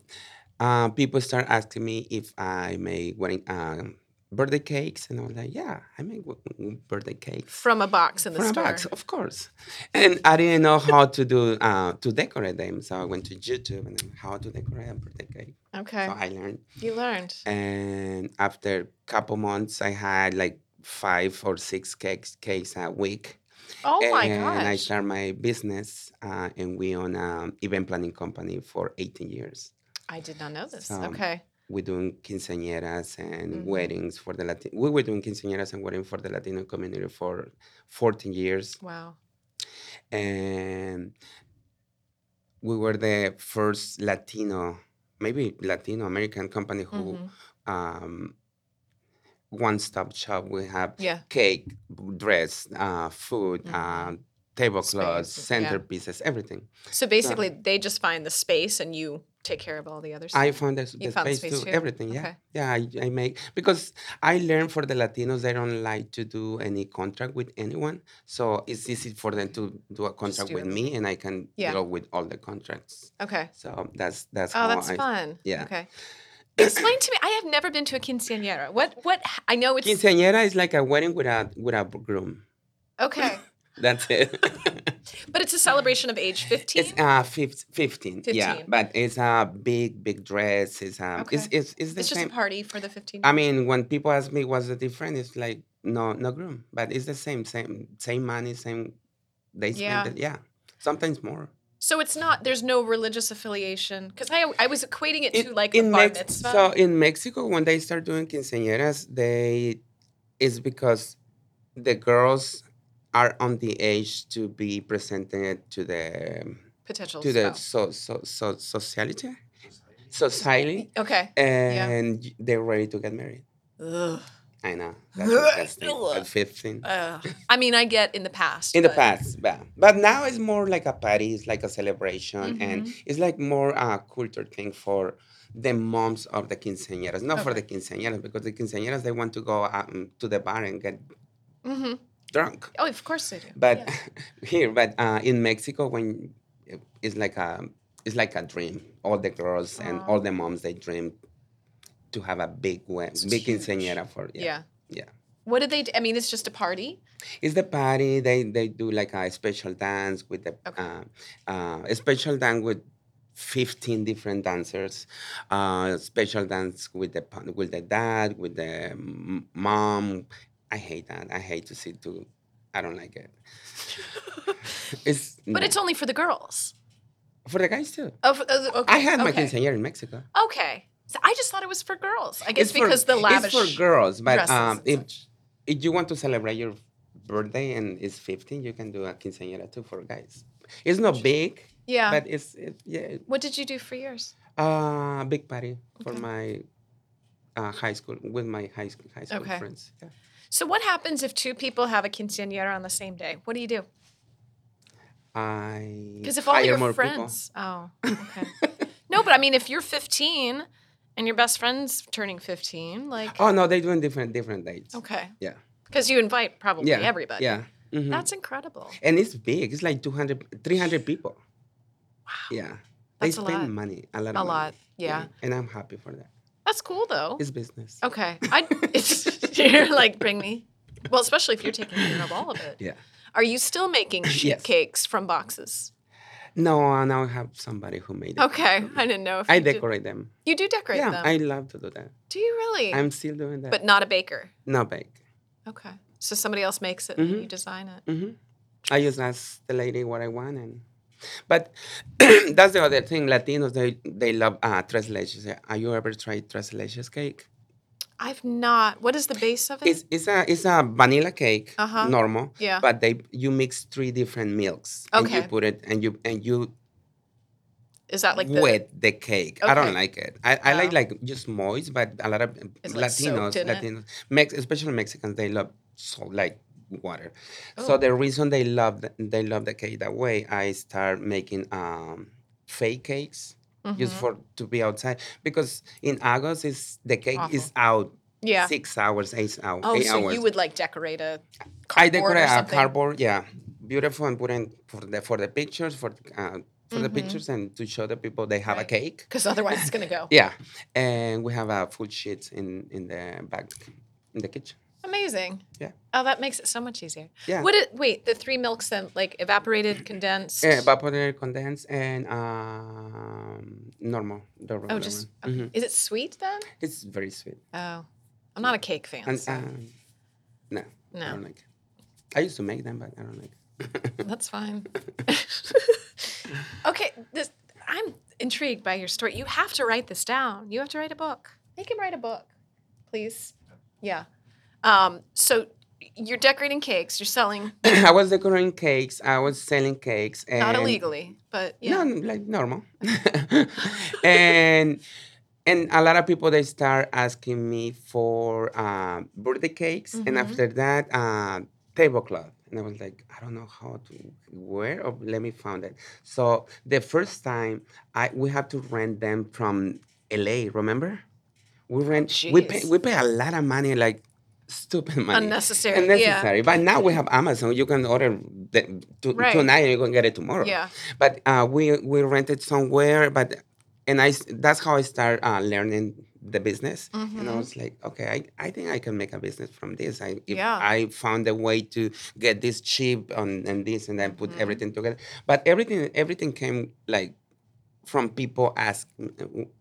Speaker 3: uh, people start asking me if I make wedding um, birthday cakes, and I was like, "Yeah, I make w- w- birthday cakes
Speaker 2: From a box in the
Speaker 3: from a
Speaker 2: store.
Speaker 3: box, of course." And I didn't know how to do uh, to decorate them, so I went to YouTube and then how to decorate a birthday cake.
Speaker 2: Okay.
Speaker 3: So I learned,
Speaker 2: You learned.
Speaker 3: and after a couple months, I had like five or six cakes cakes a week.
Speaker 2: Oh my
Speaker 3: and I
Speaker 2: gosh.
Speaker 3: started my business, uh, and we own an event planning company for 18 years.
Speaker 2: I did not know this.
Speaker 3: Um,
Speaker 2: okay.
Speaker 3: we're doing quinceañeras and
Speaker 2: Mm-hmm.
Speaker 3: weddings for the Latin. We were doing quinceañeras and wedding for the Latino community for 14 years,
Speaker 2: Wow.
Speaker 3: and we were the first Latino, maybe Latino American company who
Speaker 2: Mhm.
Speaker 3: um, one-stop shop. We have
Speaker 2: Yeah.
Speaker 3: cake, dress, uh, food, uh, tablecloths,
Speaker 2: Space, yeah.
Speaker 3: centerpieces, everything.
Speaker 2: So basically, they just find the space and you take care of all the other stuff?
Speaker 3: I found the, the
Speaker 2: found
Speaker 3: space,
Speaker 2: space
Speaker 3: to
Speaker 2: too?
Speaker 3: everything. Yeah,
Speaker 2: Okay.
Speaker 3: yeah. I, I make because I learned for the Latinos they don't like to do any contract with anyone, so it's easy for them to do a contract
Speaker 2: do
Speaker 3: with
Speaker 2: it.
Speaker 3: me, and I can
Speaker 2: Yeah.
Speaker 3: deal with all the contracts.
Speaker 2: okay.
Speaker 3: So that's that's
Speaker 2: Oh,
Speaker 3: how
Speaker 2: that's
Speaker 3: I,
Speaker 2: fun.
Speaker 3: yeah. [COUGHS]
Speaker 2: Okay. Explain to me. I have never been to a quinceañera. What? What? I know it's
Speaker 3: Quinceañera is like a wedding without without groom.
Speaker 2: okay,
Speaker 3: That's it. [LAUGHS]
Speaker 2: but it's a celebration of age fifteen.
Speaker 3: it's uh, fif- 15, Yeah,
Speaker 2: 15.
Speaker 3: but it's a big big dress. It's um, it's,
Speaker 2: Okay.
Speaker 3: it's it's the
Speaker 2: It's just
Speaker 3: same.
Speaker 2: a party for the fifteen.
Speaker 3: I mean, when people ask me what's the difference, it's like no, no groom, but it's the same, same, same money, same. They spend
Speaker 2: Yeah.
Speaker 3: it, yeah. Sometimes more.
Speaker 2: So it's not. There's no religious affiliation because I I was equating it, to like a
Speaker 3: in
Speaker 2: bar
Speaker 3: Mex-
Speaker 2: mitzvah.
Speaker 3: So in Mexico, when they start doing quinceañeras, they it's because the girls are on the age to be presented to the
Speaker 2: potential.
Speaker 3: to the
Speaker 2: spouse.
Speaker 3: so, so, so, sociality, society,
Speaker 2: Okay.
Speaker 3: and y- they're ready to get married.
Speaker 2: Ugh.
Speaker 3: I know that's
Speaker 2: [LAUGHS]
Speaker 3: disgusting.
Speaker 2: Ugh.
Speaker 3: At fifteen.
Speaker 2: Ugh. I mean, I get in the past.
Speaker 3: In the
Speaker 2: but-
Speaker 3: past, but, but now it's more like a party, it's like a celebration, and it's like more a culture thing for the moms of the quinceañeras, not for the quinceañeras, because the quinceañeras they want to go out um, to the bar and get
Speaker 2: Mhm.
Speaker 3: drunk.
Speaker 2: Oh, of course they do.
Speaker 3: But [LAUGHS] here, but uh, in Mexico, when eh, it's like a it's like a dream. All the girls and all the moms they dream to have a big we- big quinceañera for
Speaker 2: yeah.
Speaker 3: yeah.
Speaker 2: What did they? Do? I mean, it's just a party.
Speaker 3: It's the party. They they do like a special dance with the uh, uh, a special dance with fifteen different dancers. Uh, special dance with the pa- with the dad with the m- mom. I hate that. I hate to see too. I don't like
Speaker 2: [LAUGHS]
Speaker 3: it. it's
Speaker 2: But
Speaker 3: no.
Speaker 2: it's only for the girls.
Speaker 3: for the guys too.
Speaker 2: Oh, for- oh, okay.
Speaker 3: I had my
Speaker 2: okay.
Speaker 3: quinceañera in Mexico.
Speaker 2: Okay. So I just thought it was for girls. I guess
Speaker 3: It's for-
Speaker 2: because the lavish.
Speaker 3: It's for girls, but
Speaker 2: dresses
Speaker 3: um,
Speaker 2: and
Speaker 3: if if you want to celebrate your birthday and it's 15, you can do a quinceañera too for guys. It's not big,
Speaker 2: Yeah.
Speaker 3: but it's it, yeah,
Speaker 2: what did you do for yours?
Speaker 3: uh, big party for my uh, high school with my high school high school
Speaker 2: Okay.
Speaker 3: friends. Yeah.
Speaker 2: So what happens if two people have a quinceañera on the same day? What do you do?
Speaker 3: I
Speaker 2: Because if all
Speaker 3: hire
Speaker 2: your
Speaker 3: more people.
Speaker 2: friends. Oh, okay. [LAUGHS] no, but I mean, if you're 15 and your best friend's turning 15, like,
Speaker 3: Oh no, they're doing different different dates.
Speaker 2: okay.
Speaker 3: Yeah.
Speaker 2: Because you invite probably
Speaker 3: Yeah.
Speaker 2: everybody.
Speaker 3: Yeah. Mhm.
Speaker 2: That's incredible.
Speaker 3: and it's big. It's like 200, 300 people. Wow. Yeah.
Speaker 2: That's a
Speaker 3: they spend
Speaker 2: lot.
Speaker 3: money, a lot of
Speaker 2: A
Speaker 3: money.
Speaker 2: lot. Yeah.
Speaker 3: And I'm happy for that.
Speaker 2: That's cool, though.
Speaker 3: It's business.
Speaker 2: okay. I, [LAUGHS] it's, you're like, bring me. Well, especially if you're taking care of all of it.
Speaker 3: Yeah.
Speaker 2: Are you still making sheet
Speaker 3: Yes.
Speaker 2: cakes from boxes?
Speaker 3: No, I now have somebody who made it.
Speaker 2: Okay. I didn't know if
Speaker 3: I
Speaker 2: you did-
Speaker 3: decorate them.
Speaker 2: You do decorate
Speaker 3: yeah,
Speaker 2: them.
Speaker 3: I love to do that.
Speaker 2: do you really?
Speaker 3: I'm still doing that.
Speaker 2: but not a baker.
Speaker 3: no bake.
Speaker 2: Okay. So somebody else makes it
Speaker 3: Mm-hmm.
Speaker 2: and you design it.
Speaker 3: I just ask the lady what I want and but [CLEARS THROAT] that's the other thing. Latinos they they love uh tres leches. Are you ever tried tres leches cake?
Speaker 2: I've not. What is the base of it?
Speaker 3: It's it's a it's a vanilla cake,
Speaker 2: Mm. Uh-huh.
Speaker 3: normal.
Speaker 2: Yeah.
Speaker 3: But they you mix three different milks. And
Speaker 2: Okay.
Speaker 3: you put it and you and you
Speaker 2: Is that like the
Speaker 3: wet the cake. I
Speaker 2: Okay.
Speaker 3: don't like it. I, I like
Speaker 2: Wow.
Speaker 3: like just moist, but a lot of uh,
Speaker 2: It's, like,
Speaker 3: Latinos,
Speaker 2: soaked in it.
Speaker 3: Latinos, Mex- especially Mexicans, they love salt, like water. So
Speaker 2: Oh.
Speaker 3: the reason they love th- they love the cake that way, I start making um, fake cakes just
Speaker 2: Mm-hmm.
Speaker 3: for to be outside because in August is the cake is out.
Speaker 2: Yeah.
Speaker 3: six hours, eight hours.
Speaker 2: Oh,
Speaker 3: eight
Speaker 2: so
Speaker 3: hours.
Speaker 2: you would like decorate a
Speaker 3: I
Speaker 2: cardboard or
Speaker 3: decorate a
Speaker 2: something?
Speaker 3: cardboard, yeah, beautiful, and put in for the for the pictures for uh, for the pictures and to show the people they have
Speaker 2: Mm-hmm. Right.
Speaker 3: a cake.
Speaker 2: because otherwise it's gonna go.
Speaker 3: Yeah, and we have a full sheet in in the back in the kitchen.
Speaker 2: Amazing.
Speaker 3: [LAUGHS] Yeah.
Speaker 2: Oh, that makes it so much easier.
Speaker 3: Yeah.
Speaker 2: What it wait, the three milks then like evaporated, condensed.
Speaker 3: Uh, evaporated, condensed, and um, normal. The
Speaker 2: oh
Speaker 3: regular
Speaker 2: just
Speaker 3: one. Mm-hmm.
Speaker 2: okay. is it sweet then?
Speaker 3: It's very sweet.
Speaker 2: Oh. I'm not a cake fan.
Speaker 3: And
Speaker 2: so
Speaker 3: um, no,
Speaker 2: No.
Speaker 3: I don't like. It. I used to make them, but I don't like. It.
Speaker 2: That's fine.
Speaker 3: [LAUGHS]
Speaker 2: [LAUGHS] okay, this I'm intrigued by your story. You have to write this down. You have to write a book. Make him write a book, please. Yeah. Um, so you're decorating cakes. You're selling
Speaker 3: [CLEARS THROAT] I was decorating cakes. I was selling cakes. And
Speaker 2: not illegally, but yeah.
Speaker 3: No, n- like normal. [LAUGHS] and and a lot of people they start
Speaker 2: Mm-hmm.
Speaker 3: asking me for uh, birthday cakes, and after that, uh, tablecloth. And I was like, I don't know how to where. Or let me find it. So the first time, I we have to rent them from L.A. Remember, we rent. We pay
Speaker 2: Jeez.
Speaker 3: we pay a lot of money, like stupid money,
Speaker 2: Unnecessary, yeah.
Speaker 3: unnecessary. But now we have Amazon. You can order the, to,
Speaker 2: Right.
Speaker 3: tonight, and you can get it tomorrow.
Speaker 2: Yeah.
Speaker 3: But uh, we we rented somewhere, but and I s- that's how I start uh, learning the business. And I was like, okay, I, I think I can make a business from this. I if
Speaker 2: Yeah.
Speaker 3: I found a way to get this cheap on and this and then put everything together. But everything everything came like from people ask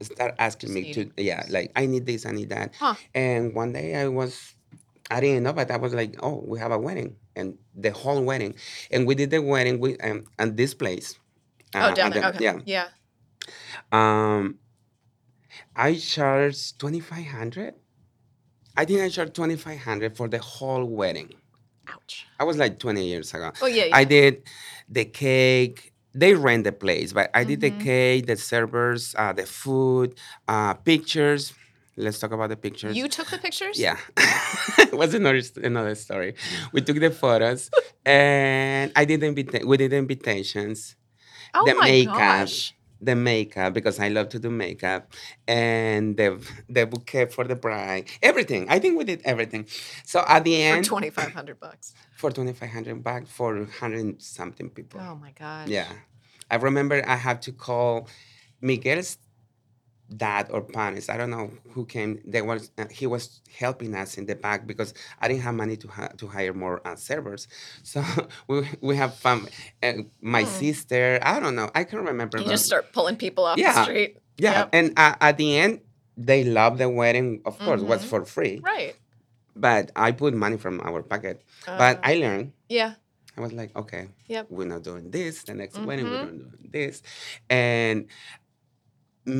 Speaker 3: start asking me to
Speaker 2: needing
Speaker 3: yeah like I need this I need that
Speaker 2: Huh. Oh,
Speaker 3: and one day I was I didn't know but I was like oh we have a wedding and the whole wedding and we did the wedding we um, at this place
Speaker 2: Oh,
Speaker 3: uh,
Speaker 2: down
Speaker 3: at
Speaker 2: there.
Speaker 3: the-
Speaker 2: okay.
Speaker 3: yeah
Speaker 2: Yeah.
Speaker 3: um, I charged twenty five hundred. I think I charged twenty five hundred for the whole wedding.
Speaker 2: Ouch.
Speaker 3: I was like twenty years ago.
Speaker 2: Oh yeah. yeah.
Speaker 3: I did the cake. They ran the place, but I did
Speaker 2: Mm-hmm.
Speaker 3: the cake, the servers, uh, the food, uh, pictures. Let's talk about the pictures.
Speaker 2: you took the pictures.
Speaker 3: Yeah, [LAUGHS] it was another st- another story. We took the photos, and I did the invita- we did the invitations
Speaker 2: Oh
Speaker 3: the
Speaker 2: my
Speaker 3: makeup,
Speaker 2: gosh.
Speaker 3: the makeup because I love to do makeup, and the the bouquet for the bride, everything. I think we did everything. So at the
Speaker 2: For
Speaker 3: end,
Speaker 2: twenty five hundred bucks.
Speaker 3: for twenty five hundred back for hundred and something people.
Speaker 2: Oh my god.
Speaker 3: Yeah, I remember I had to call Miguel's dad or Panis. I don't know who came. They was uh, he was helping us in the back because I didn't have money to ha- to hire more uh, servers. [LAUGHS] So we we have fun. Uh, my sister. I don't know. I can't remember.
Speaker 2: You
Speaker 3: but-
Speaker 2: just start pulling people off the
Speaker 3: Yeah.
Speaker 2: street.
Speaker 3: yeah,
Speaker 2: Yep.
Speaker 3: and uh, at the end, they loved the wedding. Of course, was for free,
Speaker 2: Right.
Speaker 3: but I put money from our pocket. but
Speaker 2: Uh-huh.
Speaker 3: I learned.
Speaker 2: Um, Yeah.
Speaker 3: I was like, okay,
Speaker 2: Yep.
Speaker 3: we're not doing this. The next wedding,
Speaker 2: Mhm.
Speaker 3: we're not doing this. And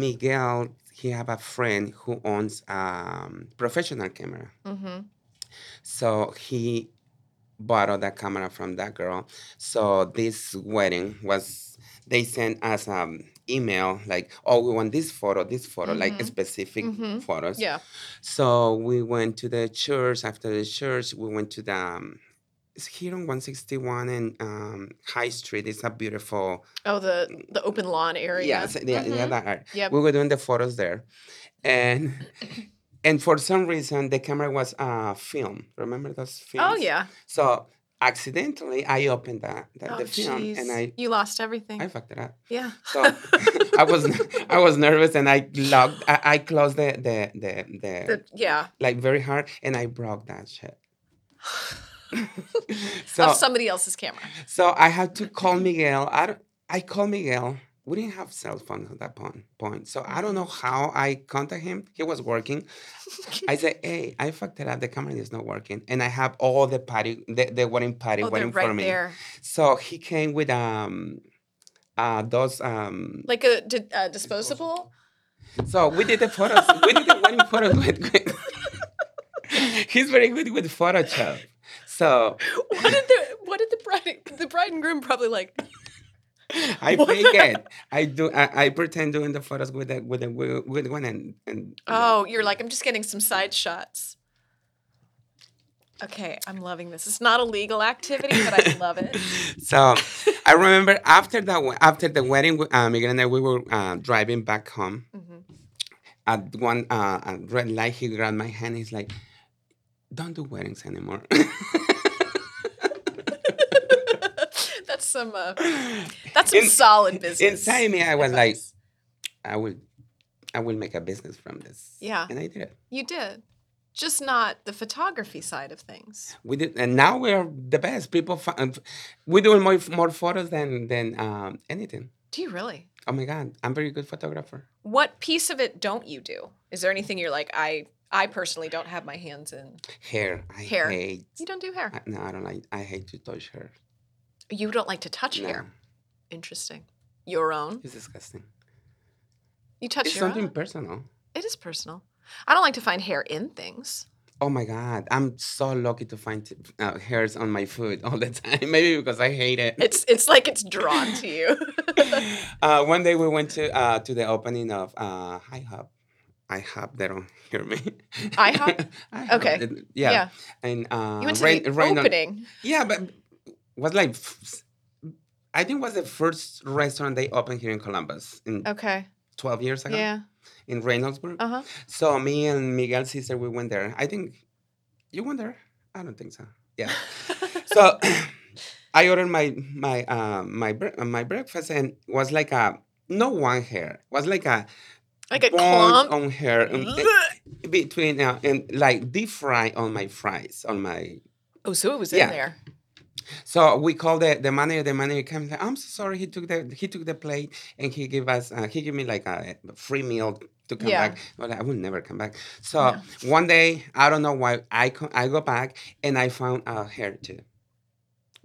Speaker 3: Miguel, he have a friend who owns um, professional camera,
Speaker 2: Mm-hmm.
Speaker 3: so he borrowed that camera from that girl. So this wedding was. They sent us um, email like, oh, we want this photo, this photo, like specific
Speaker 2: Mhm.
Speaker 3: photos.
Speaker 2: Yeah.
Speaker 3: So we went to the church. After the church, we went to the um, it's here on 161 and um, High Street. It's a beautiful
Speaker 2: Oh, the the open lawn area.
Speaker 3: yeah, so- yeah, yeah,
Speaker 2: Mhm.
Speaker 3: that art.
Speaker 2: Yep.
Speaker 3: We were doing the photos there, and and for some reason the camera was uh, film. Remember those films?
Speaker 2: Oh yeah.
Speaker 3: So accidentally, I opened that, that
Speaker 2: Oh
Speaker 3: the film
Speaker 2: jeez.
Speaker 3: and I
Speaker 2: You lost everything. [LAUGHS]
Speaker 3: I fucked it up.
Speaker 2: yeah.
Speaker 3: So [LAUGHS] I was I was nervous and I locked I, I closed the the the, the
Speaker 2: The- yeah.
Speaker 3: like very hard and I broke that
Speaker 2: [LAUGHS]
Speaker 3: shit. so
Speaker 2: of somebody else's camera. Oh,
Speaker 3: so I had to call Miguel. I don't- I called Miguel. We didn't have cell phones at that point. Point. So I don't know how I contact him. He was
Speaker 2: [LAUGHS]
Speaker 3: working. I said, "Hey, I fucked it up. The camera is not working, and I have all the party, the, the wedding party
Speaker 2: Oh, they're
Speaker 3: waiting for
Speaker 2: right
Speaker 3: me."
Speaker 2: there.
Speaker 3: So he came with um, uh, those um.
Speaker 2: Like a di- uh, disposable.
Speaker 3: So we did the photos. we did the wedding photos [LAUGHS] with. with- He's very good with Photoshop. So
Speaker 2: [LAUGHS] What did the What did the bride the bride and groom probably like?
Speaker 3: I fake it. I do. I, I pretend doing the photos with the with the with one and and.
Speaker 2: Oh, you're like I'm just getting some side shots. Okay, I'm loving this. It's not a legal activity, but I love
Speaker 3: [LAUGHS]
Speaker 2: it.
Speaker 3: So I remember after that we- after the wedding, we- uh, Miguel and I we were uh, driving back home.
Speaker 2: Mm-hmm.
Speaker 3: At one uh, at red light, he grabbed my hand. He's like, "Don't do weddings anymore."
Speaker 2: [LAUGHS]
Speaker 3: [LAUGHS]
Speaker 2: That's some uh, that's some
Speaker 3: In-
Speaker 2: solid business.
Speaker 3: Inside me, I was like,
Speaker 2: advice.
Speaker 3: "I will, I will make a business from this."
Speaker 2: Yeah.
Speaker 3: and I did it.
Speaker 2: You did. Just not the photography side of things.
Speaker 3: We did, and now we are the best. People, fi- um, we doing more more photos than than um, anything.
Speaker 2: Do you really?
Speaker 3: Oh my god, I'm very good photographer.
Speaker 2: What piece of it don't you do? Is there anything you're like I I personally don't have my hands in?
Speaker 3: Hair, I
Speaker 2: Hair.
Speaker 3: hate.
Speaker 2: You don't do hair.
Speaker 3: I, no, I don't like. I hate to touch hair.
Speaker 2: You don't like to touch
Speaker 3: No,
Speaker 2: hair. Interesting. Your own.
Speaker 3: it's disgusting.
Speaker 2: You touch
Speaker 3: It's
Speaker 2: your
Speaker 3: something
Speaker 2: own.
Speaker 3: personal.
Speaker 2: It is personal. I don't like to find hair in
Speaker 3: [LAUGHS]
Speaker 2: things.
Speaker 3: Oh my god, I'm so lucky to find uh, hairs on my food all the [LAUGHS] time. Maybe because I hate it.
Speaker 2: [LAUGHS] It's it's like it's drawn to you.
Speaker 3: uh, one day we went to uh, to the opening of uh, IHOP. IHOP, they don't hear me.
Speaker 2: IHOP?
Speaker 3: [LAUGHS] IHOP,
Speaker 2: Okay.
Speaker 3: it- [LAUGHS] Yeah.
Speaker 2: Yeah.
Speaker 3: And uh,
Speaker 2: You went to
Speaker 3: rain-
Speaker 2: the
Speaker 3: rain on-
Speaker 2: opening.
Speaker 3: yeah, but was like f- I think was the first restaurant they opened here in Columbus in
Speaker 2: Okay.
Speaker 3: 12 years ago
Speaker 2: Oh, Yeah.
Speaker 3: in Reynoldsburg.
Speaker 2: Uh huh.
Speaker 3: So me and Miguel's sister we went there. I think you went there? I don't think so.
Speaker 2: [LAUGHS]
Speaker 3: Yeah. so [CLEARS THROAT] I ordered my my uh, my bre- my breakfast and was like a no one hair. Was like a
Speaker 2: Like a
Speaker 3: bond
Speaker 2: clump.
Speaker 3: on hair and- and between uh, and like deep fry on my fries on my.
Speaker 2: [LAUGHS] Oh, so it was
Speaker 3: Yeah.
Speaker 2: in there.
Speaker 3: So we called the the manager. The manager came. Like, I'm so sorry. He took the he took the plate and he gave us uh, he gave me like a free meal to come
Speaker 2: Yeah.
Speaker 3: back. But I will never come back. So one day I don't know why I co- I go back and I found a hair too.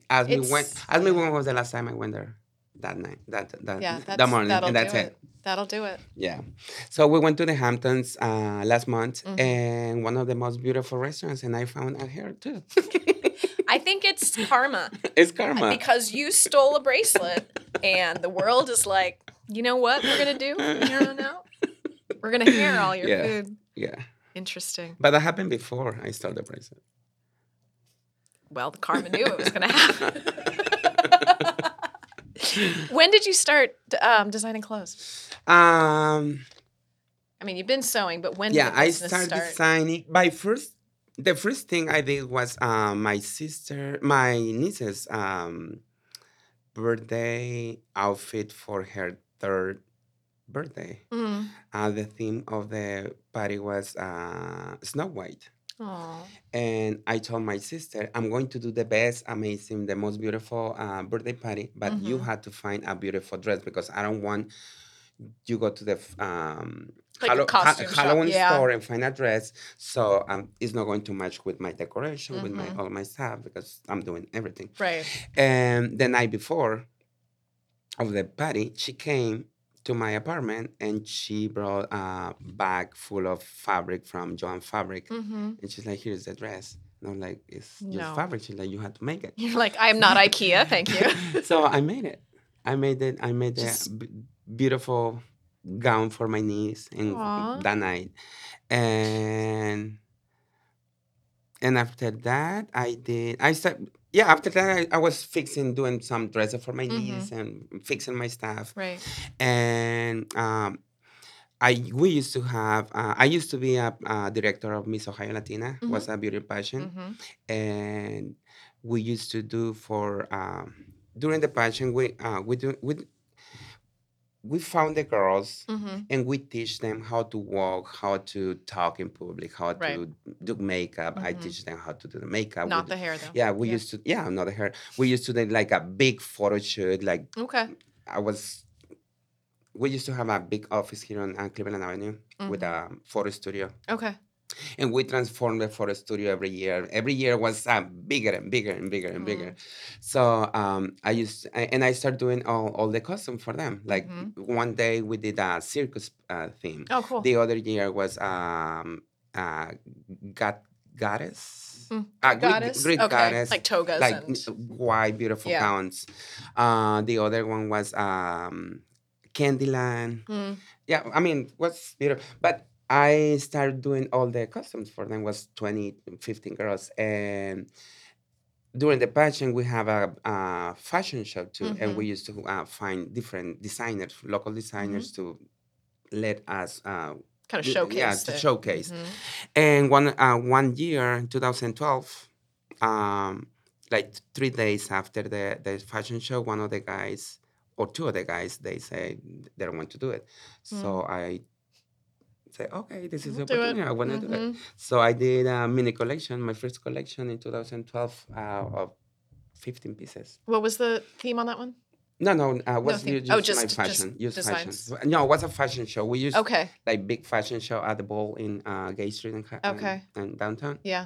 Speaker 3: Ask me when
Speaker 2: It's-
Speaker 3: ask me when was the last time I went there that night that that
Speaker 2: Yeah. That's,
Speaker 3: Uh, that morning
Speaker 2: that'll
Speaker 3: and that's
Speaker 2: do
Speaker 3: it.
Speaker 2: That'll do it.
Speaker 3: Yeah. So we went to the Hamptons uh, last month
Speaker 2: Mm-hmm.
Speaker 3: and one of the most beautiful restaurants, and I found a
Speaker 2: [LAUGHS]
Speaker 3: hair too. [LAUGHS]
Speaker 2: I think it's karma
Speaker 3: it's karma.
Speaker 2: because you stole a bracelet, and the world is like, you know what we're gonna do from here on out? We're gonna hear all your
Speaker 3: Yeah.
Speaker 2: food.
Speaker 3: yeah.
Speaker 2: Interesting.
Speaker 3: But that happened before I stole the bracelet.
Speaker 2: Well, the karma knew it was gonna
Speaker 3: [LAUGHS]
Speaker 2: happen. when did you start um, designing clothes?
Speaker 3: Um,
Speaker 2: I mean, you've been sewing, but when
Speaker 3: yeah,
Speaker 2: did the
Speaker 3: I
Speaker 2: business
Speaker 3: started
Speaker 2: start?
Speaker 3: designing. My first, the first thing I did was uh, my sister, my niece's um, birthday outfit for her third birthday.
Speaker 2: Mm.
Speaker 3: Uh, the theme of the party was uh, Snow White.
Speaker 2: Aw.
Speaker 3: And I told my sister, I'm going to do the best, amazing, the most beautiful uh, birthday party, but you
Speaker 2: Mhm.
Speaker 3: had to find a beautiful dress because I don't want you go to the f- um,
Speaker 2: Like a
Speaker 3: Hallo- ha-
Speaker 2: costume shop,
Speaker 3: Halloween
Speaker 2: yeah.
Speaker 3: store and find a dress. So um, it's not going to match with my decoration, with
Speaker 2: Mhm.
Speaker 3: my all my stuff because I'm doing everything.
Speaker 2: Right.
Speaker 3: And the night before of the party, she came to my apartment and she brought a bag full of fabric from Joan Fabric.
Speaker 2: Mm-hmm.
Speaker 3: And she's like, here's the dress. And I'm like, it's your
Speaker 2: No.
Speaker 3: fabric. She's like, you had to make it.
Speaker 2: You're like, I am not IKEA, thank
Speaker 3: [LAUGHS]
Speaker 2: you.
Speaker 3: so I made it. I made it. I made a
Speaker 2: Just-
Speaker 3: b- beautiful gown for my niece and
Speaker 2: Aw.
Speaker 3: that night. And and after that, I did. I started. Yeah, after that, I, I was fixing, doing some dresses for my
Speaker 2: Mm-hmm.
Speaker 3: niece and fixing my stuff
Speaker 2: Right.
Speaker 3: and um, I we used to have uh, I used to be a, uh director of Miss Ohio Latina was a beauty pageant,
Speaker 2: Mm-hmm.
Speaker 3: and we used to do for um, during the pageant we uh, we do we we found the girls
Speaker 2: Mm-hmm.
Speaker 3: and we teach them how to walk, how to talk in public, how
Speaker 2: Right.
Speaker 3: to do makeup. I
Speaker 2: Mhm.
Speaker 3: teach them how to do the makeup. We
Speaker 2: Not the
Speaker 3: do-
Speaker 2: hair though.
Speaker 3: yeah, we
Speaker 2: Yeah.
Speaker 3: used to yeah not the hair. We used to do like a big photo shoot, like
Speaker 2: Okay.
Speaker 3: I was. We used to have a big office here on uh, Cleveland Avenue with a photo studio,
Speaker 2: Mm-hmm. Okay.
Speaker 3: and we transformed the photo studio every year. Every year was uh, bigger and bigger and bigger and bigger.
Speaker 2: Mm-hmm.
Speaker 3: So um, I used I, and I started doing all, all the costume for them. Like
Speaker 2: Mhm.
Speaker 3: one day we did a circus uh, theme.
Speaker 2: Oh, cool.
Speaker 3: The other year was um, uh, god goddess.
Speaker 2: Mm,
Speaker 3: Uh, Greek-
Speaker 2: goddess.
Speaker 3: Greek
Speaker 2: okay.
Speaker 3: goddess
Speaker 2: Like togas
Speaker 3: like mm,
Speaker 2: and.
Speaker 3: n- white beautiful
Speaker 2: Yeah.
Speaker 3: gowns. Uh, the other one was um, Candyland.
Speaker 2: Mm.
Speaker 3: Yeah, I mean, was beautiful. But I started doing all the costumes for them. Was 20, 15 girls, and during the pageant we have a, uh fashion show too, and we used to uh, find different designers, local designers, to let us. Uh,
Speaker 2: Kind of
Speaker 3: do-
Speaker 2: showcase.
Speaker 3: yeah, to
Speaker 2: it.
Speaker 3: showcase.
Speaker 2: Mhm.
Speaker 3: And one uh, one year in 2012, um, like three days after the, the fashion show, one of the guys or two of the guys they say they don't want to do it. So I say, okay, this is
Speaker 2: Hmm. We'll do it. Mm-hmm.
Speaker 3: opportunity. I want to do it. So I did a mini collection, my first collection in 2012 uh, of 15 pieces.
Speaker 2: What was the theme on that one?
Speaker 3: No, no, uh, what's
Speaker 2: thank-
Speaker 3: you-
Speaker 2: oh,
Speaker 3: just
Speaker 2: just-
Speaker 3: my
Speaker 2: just
Speaker 3: fashion? Use
Speaker 2: designs.
Speaker 3: fashion. No, it was a fashion show. We used
Speaker 2: Okay.
Speaker 3: like big fashion show at the ball in uh, Gay Street and,
Speaker 2: Okay.
Speaker 3: and, and downtown
Speaker 2: Yeah.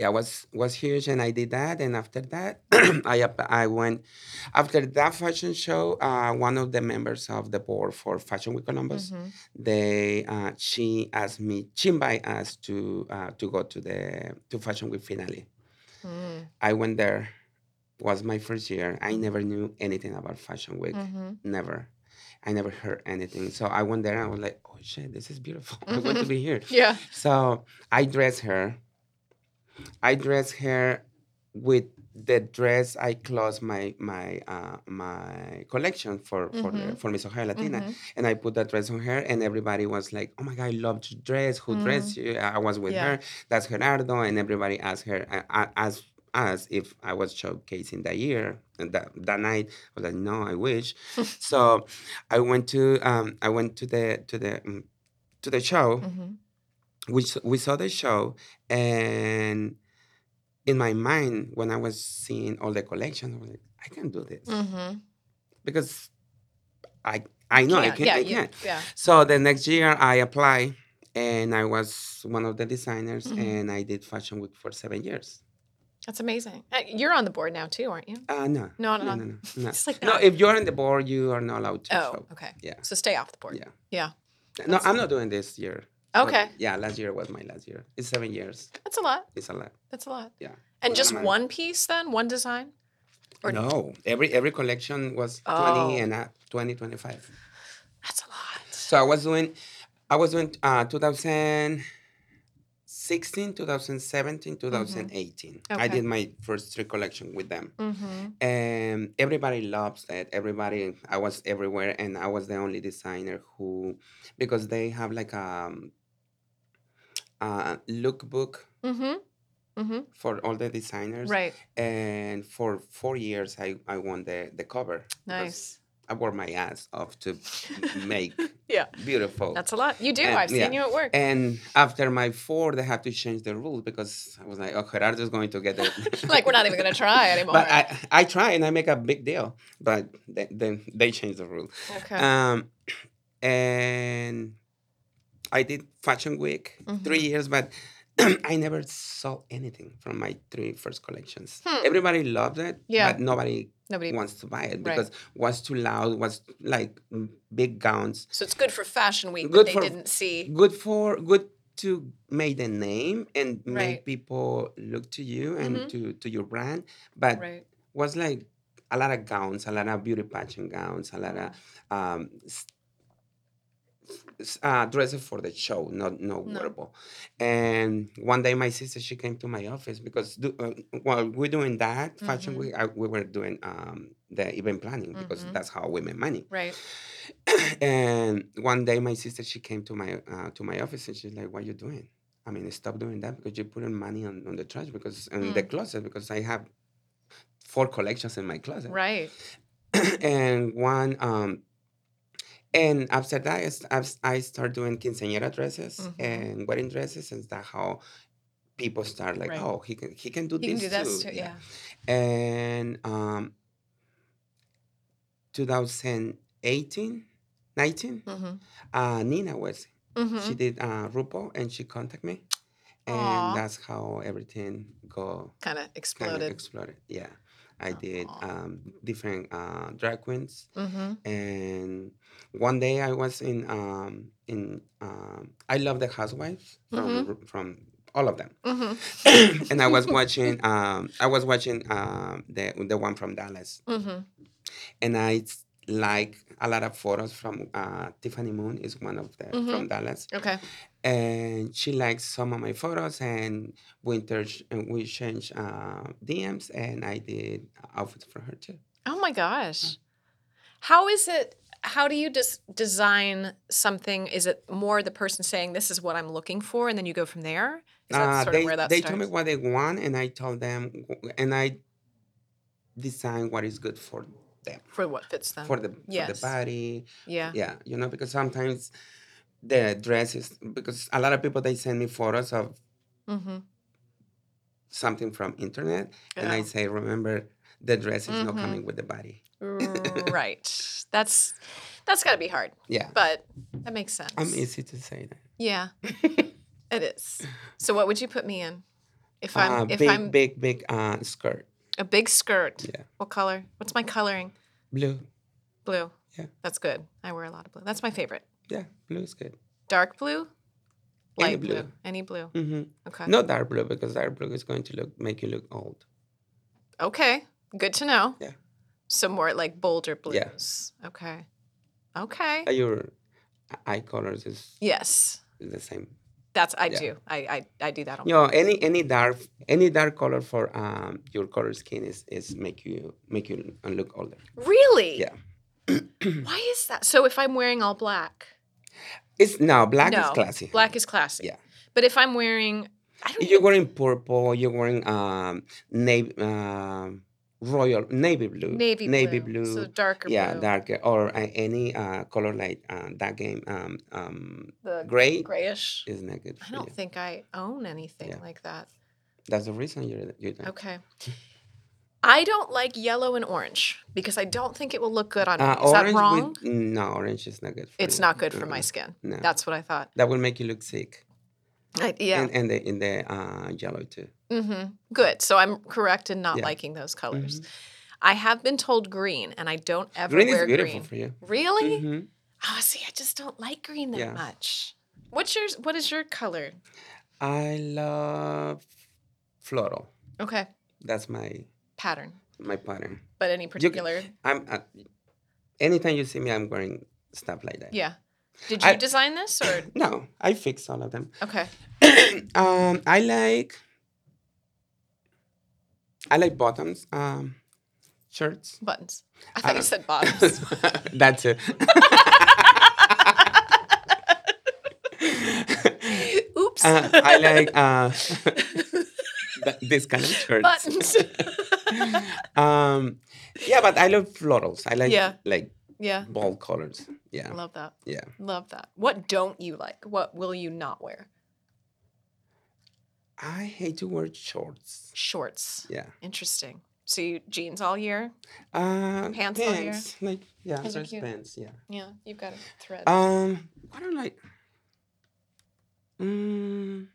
Speaker 3: yeah was was huge and i did that and after that [CLEARS THROAT] i app- i went after that fashion show uh, one of the members of the board for fashion week columbus
Speaker 2: Mhm.
Speaker 3: they uh, she asked me she invited us to uh, to go to the to fashion week finale
Speaker 2: Mm.
Speaker 3: i went there was my first year i never knew anything about fashion week
Speaker 2: Mhm.
Speaker 3: never i never heard anything so i went there and i was like oh shit this is beautiful [LAUGHS] i want to be here
Speaker 2: Yeah.
Speaker 3: so I dress her. I dress her with the dress I closed my my uh, my collection for for the, for Miss Ohio
Speaker 2: Mm-hmm.
Speaker 3: Latina, and I put that dress on her, and everybody was like, "Oh my God, I love your dress. Who dressed you?" I was with
Speaker 2: Yeah.
Speaker 3: her. That's Gerardo, and everybody asked her uh, uh, asked us if I was showcasing that year and that that night. I was like, "No, I wish." so I went to um, I went to the to the mm, to the show
Speaker 2: Mm-hmm.
Speaker 3: we, s- we saw the show and in my mind when i was seeing all the collections i was like i can do this
Speaker 2: Mm-hmm.
Speaker 3: because i i know i can
Speaker 2: yeah,
Speaker 3: i
Speaker 2: you-
Speaker 3: can
Speaker 2: yeah.
Speaker 3: so the next year i apply and i was one of the designers
Speaker 2: Mm-hmm.
Speaker 3: and i did fashion week for seven years
Speaker 2: That's amazing. Uh, You're on the board now too, aren't you?
Speaker 3: uh, no
Speaker 2: No, no,
Speaker 3: no no
Speaker 2: no.
Speaker 3: no, no.
Speaker 2: It's like
Speaker 3: no
Speaker 2: not-
Speaker 3: if you're on the board you are not allowed to
Speaker 2: Oh,
Speaker 3: show.
Speaker 2: okay.
Speaker 3: yeah
Speaker 2: So stay off the board.
Speaker 3: yeah
Speaker 2: Yeah.
Speaker 3: no i'm not doing this year But
Speaker 2: Okay.
Speaker 3: yeah last year was my last year it's seven years
Speaker 2: That's a lot.
Speaker 3: it's a lot
Speaker 2: That's a lot.
Speaker 3: yeah
Speaker 2: And just
Speaker 3: Never mind.
Speaker 2: one piece then, one design. Or-
Speaker 3: no, every every collection was 20
Speaker 2: Oh.
Speaker 3: and uh, 20, 25.
Speaker 2: That's a lot.
Speaker 3: So I was doing, I was doing uh, 2016, 2017, 2018. I
Speaker 2: Mm-hmm. Okay.
Speaker 3: did my first three collection with them.
Speaker 2: Mm-hmm.
Speaker 3: And everybody loves that. Everybody, I was everywhere and I was the only designer who, because they have like a, a lookbook
Speaker 2: Mm-hmm. Mm-hmm.
Speaker 3: for all the designers.
Speaker 2: Right.
Speaker 3: And for four years, I, I won the, the cover. because
Speaker 2: Nice.
Speaker 3: I wore my ass off to
Speaker 2: [LAUGHS]
Speaker 3: make
Speaker 2: Yeah.
Speaker 3: beautiful.
Speaker 2: That's a lot. You do.
Speaker 3: And-
Speaker 2: I've seen you
Speaker 3: yeah.
Speaker 2: at work.
Speaker 3: And after my four, they have to change the rule because I was like, oh, Gerardo's going to get it.
Speaker 2: [LAUGHS]
Speaker 3: [LAUGHS]
Speaker 2: like we're not even gonna try anymore.
Speaker 3: But I, I try and I make a big deal, but then then they change the rule.
Speaker 2: okay.
Speaker 3: Um, and I did Fashion Week
Speaker 2: Mm-hmm.
Speaker 3: three years, but [CLEARS THROAT] I never saw anything from my three first collections. Everybody loved it,
Speaker 2: Hmm. Yeah.
Speaker 3: but nobody
Speaker 2: Nobody.
Speaker 3: wants to buy it
Speaker 2: Right.
Speaker 3: because was too loud, was like m- big gowns.
Speaker 2: So it's good for Fashion Week, but
Speaker 3: Good
Speaker 2: they
Speaker 3: for-
Speaker 2: didn't see.
Speaker 3: Good for good to make the name and
Speaker 2: Right. Mm-hmm.
Speaker 3: make people look to you and to, to your brand, but
Speaker 2: Right.
Speaker 3: was like a lot of gowns, a lot of beauty pageant gowns, a lot of
Speaker 2: Mm-hmm.
Speaker 3: um, s- s- uh, dresses for the show, not no wearable. And one day, my sister she came to my office because do, uh, while we're doing that fashion
Speaker 2: Mm-hmm.
Speaker 3: week, I, we were doing um, the event planning because that's how we make money.
Speaker 2: Right.
Speaker 3: [CLEARS THROAT] And one day, my sister she came to my uh, to my office and she's like, "What are you doing? I mean, stop doing that because you're putting money on, on the trash because in the
Speaker 2: Mm.
Speaker 3: closet because I have four collections in my closet,
Speaker 2: Right.
Speaker 3: [CLEARS THROAT] and one um, and after that, I s- I, s- I start doing quinceañera dresses
Speaker 2: Mm-hmm.
Speaker 3: and wedding dresses, and that's how people start like,
Speaker 2: Right.
Speaker 3: "Oh, he can he can do
Speaker 2: You can
Speaker 3: this
Speaker 2: do this too. Yeah.
Speaker 3: and um, 2018, 19
Speaker 2: Mm-hmm.
Speaker 3: uh, Nina was.
Speaker 2: Mm-hmm.
Speaker 3: She did uh, RuPaul, and she contacted me, and
Speaker 2: Aw.
Speaker 3: that's how everything go
Speaker 2: Kind of
Speaker 3: kind of
Speaker 2: exploded.
Speaker 3: exploded. Yeah, I did um, different uh, drag queens,
Speaker 2: mm-hmm.
Speaker 3: and one day I was in um, in um, I love the Housewives from Ru- from all of them, [COUGHS]
Speaker 2: Mm-hmm.
Speaker 3: and I was
Speaker 2: [LAUGHS]
Speaker 3: watching um, I was watching um, the the one from Dallas,
Speaker 2: Mm-hmm.
Speaker 3: and I s- like a lot of photos from uh, Tiffany Moon is one of the
Speaker 2: Mm-hmm.
Speaker 3: from Dallas
Speaker 2: Okay.
Speaker 3: and she likes some of my photos and we inter- and we changed uh, DMs and I did outfits for her too.
Speaker 2: Oh my gosh. How is it? How do you just design something? Is it more the person saying, this is what I'm looking for, and then you go from there? Is that
Speaker 3: Uh,
Speaker 2: sort
Speaker 3: they
Speaker 2: of where that
Speaker 3: they
Speaker 2: starts?
Speaker 3: told me what they want and I told them and I designed what is good for them
Speaker 2: for what fits them.
Speaker 3: for the for
Speaker 2: Uh, Yes.
Speaker 3: the body.
Speaker 2: yeah.
Speaker 3: Yeah, you know because sometimes the dresses because a lot of people they send me photos of
Speaker 2: Mm-hmm.
Speaker 3: something from internet and I
Speaker 2: Oh.
Speaker 3: say remember the dress is
Speaker 2: Mm-hmm.
Speaker 3: not coming with the body.
Speaker 2: right. That's that's got to be hard,
Speaker 3: Yeah.
Speaker 2: but that makes sense.
Speaker 3: I'm easy to say that. [LAUGHS]
Speaker 2: yeah, it is. So what would you put me in? If I'm
Speaker 3: uh,
Speaker 2: if
Speaker 3: big,
Speaker 2: I'm
Speaker 3: big, big uh, skirt.
Speaker 2: a big skirt,
Speaker 3: Yeah.
Speaker 2: what color? What's my coloring?
Speaker 3: Blue.
Speaker 2: Blue.
Speaker 3: Yeah.
Speaker 2: That's good. I wear a lot of blue. That's my favorite.
Speaker 3: Yeah, blue is good.
Speaker 2: Dark blue, light
Speaker 3: Any
Speaker 2: blue.
Speaker 3: blue.
Speaker 2: any blue.
Speaker 3: hmm
Speaker 2: Okay.
Speaker 3: Not dark blue because dark blue is going to look make you look old.
Speaker 2: Okay. Good to know.
Speaker 3: Yeah.
Speaker 2: Some more like bolder
Speaker 3: Yeah.
Speaker 2: blues. Okay. Okay.
Speaker 3: Uh, Your eye colors is
Speaker 2: yes.
Speaker 3: the same.
Speaker 2: That's I
Speaker 3: Yeah.
Speaker 2: do. I, I I do that on
Speaker 3: You know, any any dark any dark color for um, your color skin is is make you make you look older.
Speaker 2: Really?
Speaker 3: Yeah.
Speaker 2: [CLEARS THROAT] Why is that? So if I'm wearing all black,
Speaker 3: It's no black
Speaker 2: no,
Speaker 3: is classy.
Speaker 2: Black is classy.
Speaker 3: Yeah.
Speaker 2: But if I'm wearing, I don't.
Speaker 3: If You're
Speaker 2: even-
Speaker 3: wearing purple. You're wearing um, navy um, royal navy blue.
Speaker 2: navy blue,
Speaker 3: navy blue.
Speaker 2: so darker
Speaker 3: yeah,
Speaker 2: blue,
Speaker 3: darker or uh, any uh, color like uh, that game um, um,
Speaker 2: the
Speaker 3: gray
Speaker 2: grayish.
Speaker 3: is not good.
Speaker 2: I
Speaker 3: for
Speaker 2: don't
Speaker 3: you.
Speaker 2: think I own anything
Speaker 3: Yeah.
Speaker 2: like that.
Speaker 3: That's the reason you're you don't.
Speaker 2: Okay. I don't like yellow and orange because I don't think it will look good on me.
Speaker 3: Uh,
Speaker 2: is that
Speaker 3: orange
Speaker 2: wrong?
Speaker 3: With, no, orange is not good. For
Speaker 2: it's
Speaker 3: you.
Speaker 2: not good for my
Speaker 3: Uh-uh.
Speaker 2: skin.
Speaker 3: No.
Speaker 2: That's what I thought.
Speaker 3: that will make you look sick.
Speaker 2: I, yeah.
Speaker 3: And, and the in the uh, yellow too.
Speaker 2: hmm Good. So I'm correct in not
Speaker 3: Yeah. Mm-hmm.
Speaker 2: liking those colors. I have been told green, and I don't ever
Speaker 3: Green
Speaker 2: wear
Speaker 3: is beautiful
Speaker 2: green.
Speaker 3: for you.
Speaker 2: Really?
Speaker 3: Mhm.
Speaker 2: Oh, see, I just don't like green that
Speaker 3: Yeah.
Speaker 2: much. What's yours? What is your color?
Speaker 3: I love floral.
Speaker 2: Okay,
Speaker 3: That's my
Speaker 2: pattern,
Speaker 3: my pattern.
Speaker 2: but any particular?
Speaker 3: I'm uh, anytime you see me, I'm wearing stuff like that.
Speaker 2: yeah. Did you
Speaker 3: I-
Speaker 2: design this or?
Speaker 3: No, I fix all of them.
Speaker 2: Okay.
Speaker 3: um, I like I like bottoms, um,
Speaker 2: [LAUGHS]
Speaker 3: shirts.
Speaker 2: Buttons. I thought you
Speaker 3: don't- [LAUGHS]
Speaker 2: said bottoms.
Speaker 3: That's
Speaker 2: [LAUGHS]
Speaker 3: it.
Speaker 2: Oops. [LAUGHS]
Speaker 3: Uh, I like uh, th- this kind of shirts. [LAUGHS]
Speaker 2: buttons.
Speaker 3: um, yeah, but I love florals. I like
Speaker 2: Yeah.
Speaker 3: like
Speaker 2: yeah.
Speaker 3: bold colors. Yeah,
Speaker 2: I love that.
Speaker 3: yeah.
Speaker 2: Love that. What don't you like? What will you not wear?
Speaker 3: I hate to wear shorts.
Speaker 2: Shorts.
Speaker 3: Yeah.
Speaker 2: Interesting. So you jeans all year?
Speaker 3: Uh,
Speaker 2: Pants on here?
Speaker 3: pants. Like yeah,
Speaker 2: Those are
Speaker 3: just
Speaker 2: cute.
Speaker 3: pants. Yeah.
Speaker 2: Yeah, you've got a thread.
Speaker 3: Um, I don't like. Mm,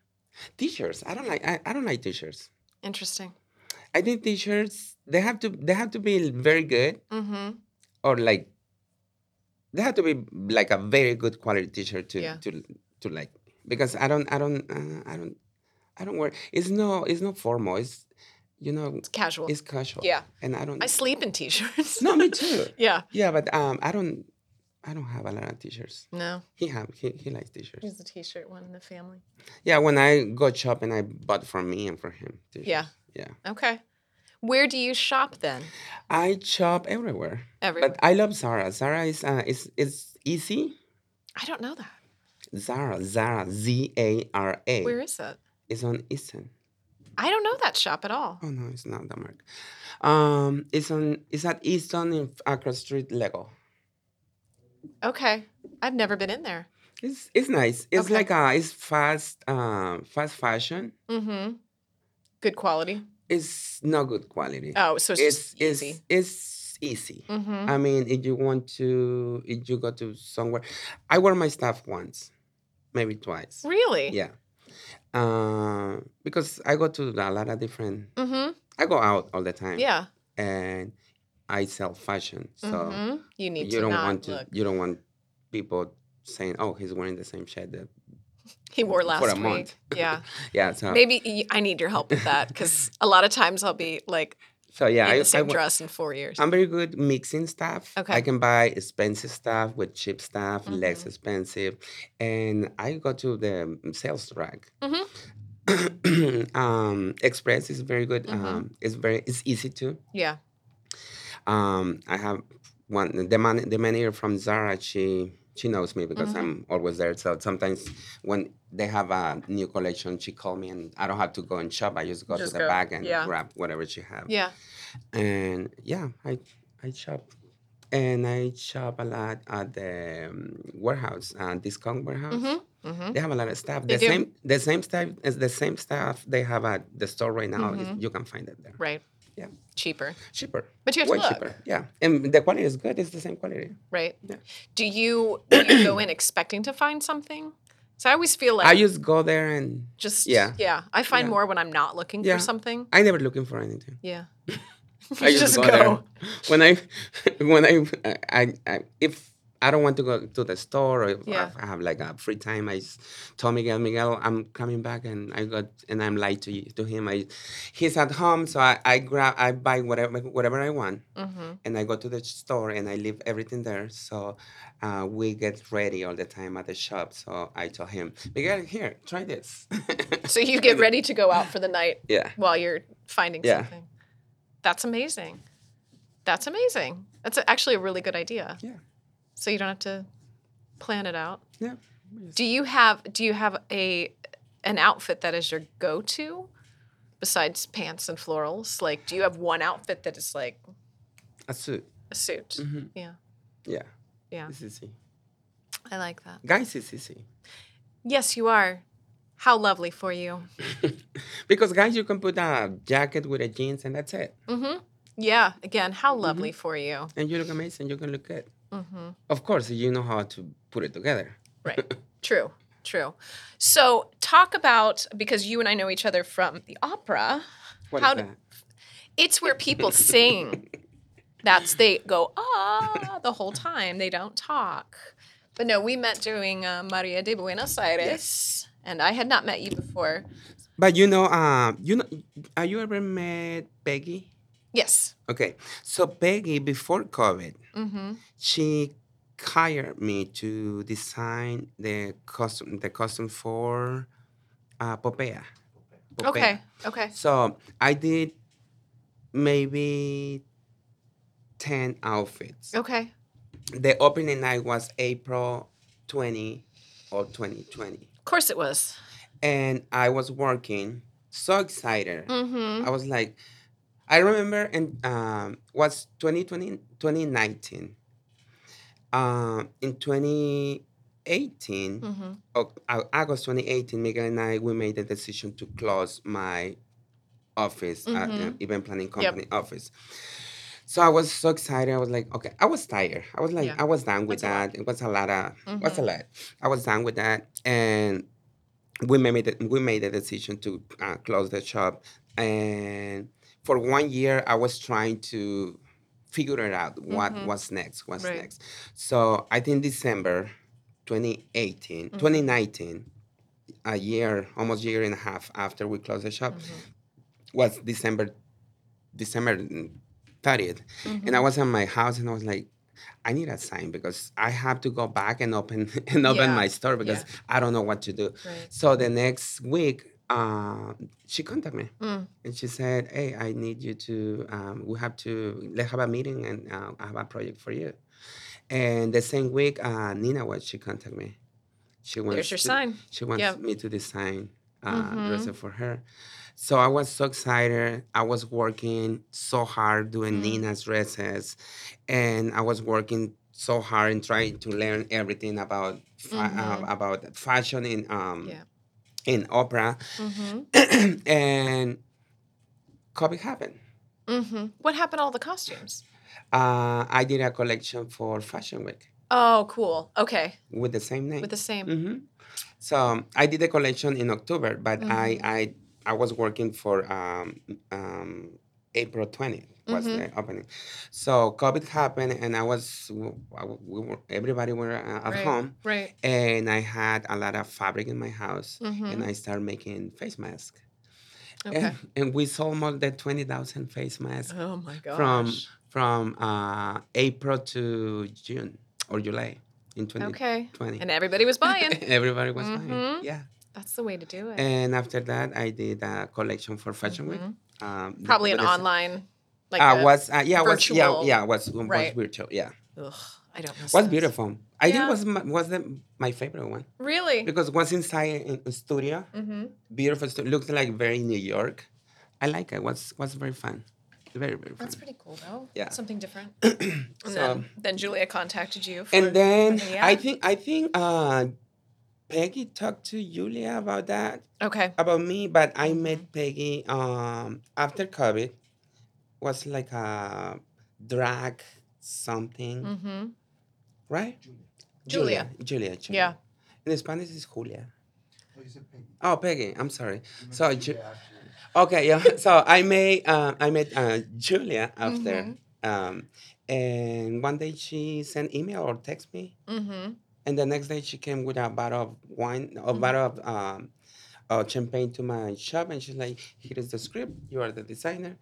Speaker 3: t-shirts. I don't like. I, I don't like t-shirts.
Speaker 2: Interesting.
Speaker 3: I think t-shirts they have to they have to be very good
Speaker 2: Mm-hmm.
Speaker 3: or like they have to be like a very good quality t-shirt to
Speaker 2: Yeah.
Speaker 3: to to like because I don't I don't uh, I don't I don't wear it's no it's not formal it's you know
Speaker 2: It's casual.
Speaker 3: it's casual
Speaker 2: Yeah.
Speaker 3: and I don't
Speaker 2: I sleep in t-shirts.
Speaker 3: no me too
Speaker 2: [LAUGHS] yeah.
Speaker 3: yeah but um I don't I don't have a lot of t-shirts
Speaker 2: No.
Speaker 3: he have he, he likes t-shirts
Speaker 2: He's the t-shirt one in the family.
Speaker 3: yeah when I go shopping I bought for me and for him t-shirts.
Speaker 2: Yeah.
Speaker 3: yeah
Speaker 2: Okay. Where do you shop then?
Speaker 3: I shop everywhere
Speaker 2: Everywhere.
Speaker 3: but I love Zara Zara is uh, is is easy
Speaker 2: I don't know that.
Speaker 3: Zara, Zara, Z A R A.
Speaker 2: Where is it?
Speaker 3: It's on Easton.
Speaker 2: I don't know that shop at all.
Speaker 3: Oh no, it's not that mark. Um, it's on. It's at Easton in across street Lego. Oh.
Speaker 2: Okay. I've never been in there.
Speaker 3: It's it's nice. It's
Speaker 2: Okay.
Speaker 3: like a it's fast um fast fashion.
Speaker 2: Mm-hmm. Good quality.
Speaker 3: It's not good quality.
Speaker 2: Oh, so it's,
Speaker 3: it's
Speaker 2: just
Speaker 3: it's
Speaker 2: easy.
Speaker 3: it's easy.
Speaker 2: Mm-hmm.
Speaker 3: I mean, if you want to, if you go to somewhere, I wear my stuff once, maybe twice.
Speaker 2: Really?
Speaker 3: Yeah, uh, because I go to a lot of different.
Speaker 2: Mm-hmm.
Speaker 3: I go out all the time.
Speaker 2: Yeah.
Speaker 3: and I sell fashion. So
Speaker 2: mm-hmm. You need
Speaker 3: you
Speaker 2: to
Speaker 3: don't
Speaker 2: not
Speaker 3: want to
Speaker 2: look.
Speaker 3: you don't want people saying, "Oh, he's wearing the same shirt that
Speaker 2: He wore last
Speaker 3: for a
Speaker 2: week.
Speaker 3: month."
Speaker 2: Yeah.
Speaker 3: [LAUGHS] Yeah, so
Speaker 2: Maybe y- I need your help with that
Speaker 3: [LAUGHS]
Speaker 2: because a lot of times I'll be like
Speaker 3: so yeah,
Speaker 2: in
Speaker 3: I,
Speaker 2: the same
Speaker 3: I, wa-
Speaker 2: dress in four years.
Speaker 3: I'm very good mixing stuff.
Speaker 2: Okay.
Speaker 3: I can buy expensive stuff with cheap stuff, less
Speaker 2: Mhm.
Speaker 3: expensive, and I go to the sales rack.
Speaker 2: Mhm.
Speaker 3: [CLEARS THROAT] um, Express is very good.
Speaker 2: Mhm.
Speaker 3: Um, it's very it's easy to.
Speaker 2: yeah.
Speaker 3: Um, I have one the man the manager from Zara. She she knows me because
Speaker 2: Mhm.
Speaker 3: I'm always there. So sometimes when they have a new collection, she call me and I don't have to go and shop. I just go
Speaker 2: Just
Speaker 3: to the
Speaker 2: go,
Speaker 3: bag and
Speaker 2: yeah.
Speaker 3: grab whatever she have.
Speaker 2: Yeah.
Speaker 3: And yeah, I I shop. And I shop a lot at the um, warehouse, uh, discount warehouse.
Speaker 2: Mm-hmm. Mm-hmm.
Speaker 3: They have a lot of stuff.
Speaker 2: They
Speaker 3: the
Speaker 2: do.
Speaker 3: same, the same stuff as the same stuff they have at the store right now. is-
Speaker 2: Mhm.
Speaker 3: You can find it there,
Speaker 2: Right.
Speaker 3: Yeah.
Speaker 2: Cheaper.
Speaker 3: cheaper
Speaker 2: But you have
Speaker 3: way
Speaker 2: to look.
Speaker 3: cheaper. Yeah, and the quality is good. It's the same quality.
Speaker 2: Right.
Speaker 3: Yeah.
Speaker 2: Do you, do you go in expecting to find something? So I always feel like
Speaker 3: I just go there and
Speaker 2: just
Speaker 3: yeah.
Speaker 2: yeah. I find
Speaker 3: Yeah.
Speaker 2: more when I'm not looking
Speaker 3: Yeah.
Speaker 2: for something.
Speaker 3: I never looking for
Speaker 2: [LAUGHS]
Speaker 3: anything. [LAUGHS]
Speaker 2: Yeah.
Speaker 3: I
Speaker 2: just
Speaker 3: [LAUGHS] there.
Speaker 2: go.
Speaker 3: when I when I, I, I if I don't want to go to the store or if
Speaker 2: Yeah.
Speaker 3: I have like a free time. I s- told Miguel, Miguel, I'm coming back and I got and I'm lied to you, to him. I he's at home, so I, I grab I buy whatever whatever I want
Speaker 2: Mm-hmm.
Speaker 3: and I go to the store and I leave everything there. So uh, we get ready all the time at the shop. So I told him, Miguel, here, try this. [LAUGHS]
Speaker 2: So you get ready to go out for the night
Speaker 3: yeah.
Speaker 2: while you're finding
Speaker 3: Yeah.
Speaker 2: something. That's amazing. That's amazing. That's a- actually a really good idea.
Speaker 3: Yeah.
Speaker 2: So you don't have to plan it out.
Speaker 3: Yeah.
Speaker 2: Do you have do you have a an outfit that is your go-to besides pants and florals? Like do you have one outfit that is like
Speaker 3: A suit.
Speaker 2: a suit?
Speaker 3: Mhm.
Speaker 2: Yeah.
Speaker 3: Yeah.
Speaker 2: Yeah.
Speaker 3: It's easy.
Speaker 2: I like that.
Speaker 3: Guys, it's easy.
Speaker 2: Yes, you are. How lovely for you.
Speaker 3: Because guys, you can put a jacket with a jeans and that's it.
Speaker 2: Mhm. Yeah, again, how lovely for you.
Speaker 3: And you look amazing. You can look good.
Speaker 2: Mhm.
Speaker 3: Of course, you know how to put it together.
Speaker 2: Right. True. True. So talk about because you and I know each other from the opera.
Speaker 3: What
Speaker 2: How
Speaker 3: is
Speaker 2: do- It's where people
Speaker 3: [LAUGHS]
Speaker 2: sing. That's they go ah the whole time. They don't talk. But no, we met doing uh, Maria de Buenos Aires, and I had not met you before.
Speaker 3: But you know, um, you know, are you ever met Peggy?
Speaker 2: Yes.
Speaker 3: Okay, so Peggy before COVID,
Speaker 2: Mm-hmm.
Speaker 3: she hired me to design the costume, the costume for uh, Popea. Popea.
Speaker 2: Okay. Okay.
Speaker 3: So I did maybe ten outfits.
Speaker 2: Okay.
Speaker 3: The opening night was April twenty or twenty twenty,
Speaker 2: Of course it was.
Speaker 3: and I was working. So excited.
Speaker 2: Mm-hmm.
Speaker 3: I was like, I remember, and um, was 2020, 2019. Um, in 2018,
Speaker 2: Mm-hmm.
Speaker 3: Au- Au- uh, August 2018, Miguel and I, we made the decision to close my office, uh, uh,
Speaker 2: Mhm.
Speaker 3: event planning company office. So I was so excited. I was like, okay, I was tired. I was like,
Speaker 2: Yeah.
Speaker 3: I was done with
Speaker 2: That's a lot. Mm-hmm.
Speaker 3: that. It was a lot of, what's a lot? I was done with that. And we made the, we made the decision to uh, close the shop. And for one year, I was trying to figure it out what
Speaker 2: Mhm.
Speaker 3: was next, what's
Speaker 2: Right.
Speaker 3: next. So I think December 2018,
Speaker 2: Mm-hmm.
Speaker 3: 2019, a year, almost year and a half after we closed the shop,
Speaker 2: Mm-hmm.
Speaker 3: was December, December 30th.
Speaker 2: Mm-hmm.
Speaker 3: And I was at my house and I was like, I need a sign because I have to go back and open [LAUGHS] and open
Speaker 2: Yeah.
Speaker 3: my store because I don't know what to do.
Speaker 2: Right.
Speaker 3: So the next week, uh, she contacted me
Speaker 2: Mm.
Speaker 3: and she said, "Hey, I need you to. Um, we have to. Let's have a meeting and uh, I have a project for you." And the same week, uh, Nina was. She contacted me. She wants.
Speaker 2: There's your
Speaker 3: to-
Speaker 2: sign.
Speaker 3: She wants
Speaker 2: Yeah.
Speaker 3: me to design uh,
Speaker 2: Mhm.
Speaker 3: dresses for her. So I was so excited. I was working so hard doing Nina's dresses, and I was working so hard and trying to learn everything about fa- uh, about fashion in um
Speaker 2: Yeah.
Speaker 3: in opera, [CLEARS THROAT]
Speaker 2: Mm-hmm.
Speaker 3: and COVID happened.
Speaker 2: Mm-hmm. What happened to all the costumes?
Speaker 3: Uh, I did a collection for Fashion Week
Speaker 2: Oh, cool. Okay.
Speaker 3: with the same name.
Speaker 2: With the same.
Speaker 3: hmm So um, I did the collection in October, but I,
Speaker 2: Mm-hmm.
Speaker 3: I I was working for um, um, April 20th was
Speaker 2: Mm-hmm.
Speaker 3: the opening. So COVID happened, and I was I- we were, everybody were uh, at
Speaker 2: right.
Speaker 3: home,
Speaker 2: Right.
Speaker 3: and I had a lot of fabric in my house,
Speaker 2: Mhm.
Speaker 3: and I started making face masks.
Speaker 2: Okay.
Speaker 3: And, [LAUGHS] and we sold more than twenty thousand face masks
Speaker 2: Oh my gosh.
Speaker 3: from from uh, April to June or July in 2020.
Speaker 2: okay. And everybody was
Speaker 3: [LAUGHS]
Speaker 2: buying.
Speaker 3: Everybody was
Speaker 2: Mhm.
Speaker 3: buying. Yeah.
Speaker 2: That's the way to do it.
Speaker 3: And after that, I did a collection for Fashion Week. Um,
Speaker 2: Mm-hmm. Probably an
Speaker 3: with the-
Speaker 2: online. Like
Speaker 3: Uh,
Speaker 2: a-
Speaker 3: was uh, yeah was yeah
Speaker 2: virtual-
Speaker 3: yeah was was
Speaker 2: Right.
Speaker 3: virtual yeah
Speaker 2: Ugh, I don't. miss
Speaker 3: was
Speaker 2: those.
Speaker 3: beautiful. I
Speaker 2: Yeah.
Speaker 3: think was my, was the, my favorite one
Speaker 2: Really.
Speaker 3: because Mm. was inside in a studio,
Speaker 2: Mm-hmm.
Speaker 3: beautiful studio, looked like very New York. I like it. Was was very fun, very very fun.
Speaker 2: That's pretty cool though.
Speaker 3: Yeah.
Speaker 2: Something
Speaker 3: [CLEARS THROAT]
Speaker 2: different. and
Speaker 3: So- um,
Speaker 2: then, then Julia contacted you. For,
Speaker 3: And then
Speaker 2: Okay,
Speaker 3: I
Speaker 2: yeah.
Speaker 3: think I think uh, Peggy talked to Julia about that
Speaker 2: okay.
Speaker 3: about me, but I
Speaker 2: Mm-hmm.
Speaker 3: met Peggy um, after COVID. Was like a drag something,
Speaker 2: Mm-hmm.
Speaker 3: right?
Speaker 2: Julia.
Speaker 3: Julia. Julia. Julia.
Speaker 2: Yeah.
Speaker 3: In Spanish is Julia.
Speaker 4: Oh, you said Peggy.
Speaker 3: Oh, Peggy. I'm sorry.
Speaker 4: You meant
Speaker 3: So
Speaker 4: Peggy
Speaker 3: Ju-
Speaker 4: after.
Speaker 3: [LAUGHS]
Speaker 2: Mm-hmm.
Speaker 3: okay, yeah. So I met uh, I met uh, Julia after. Um, And one day she sent email or text me,
Speaker 2: Mm-hmm.
Speaker 3: and the next day she came with a bottle of wine, a bottle of um, uh, champagne to my shop, and she's like, "Here is the script. You are the designer,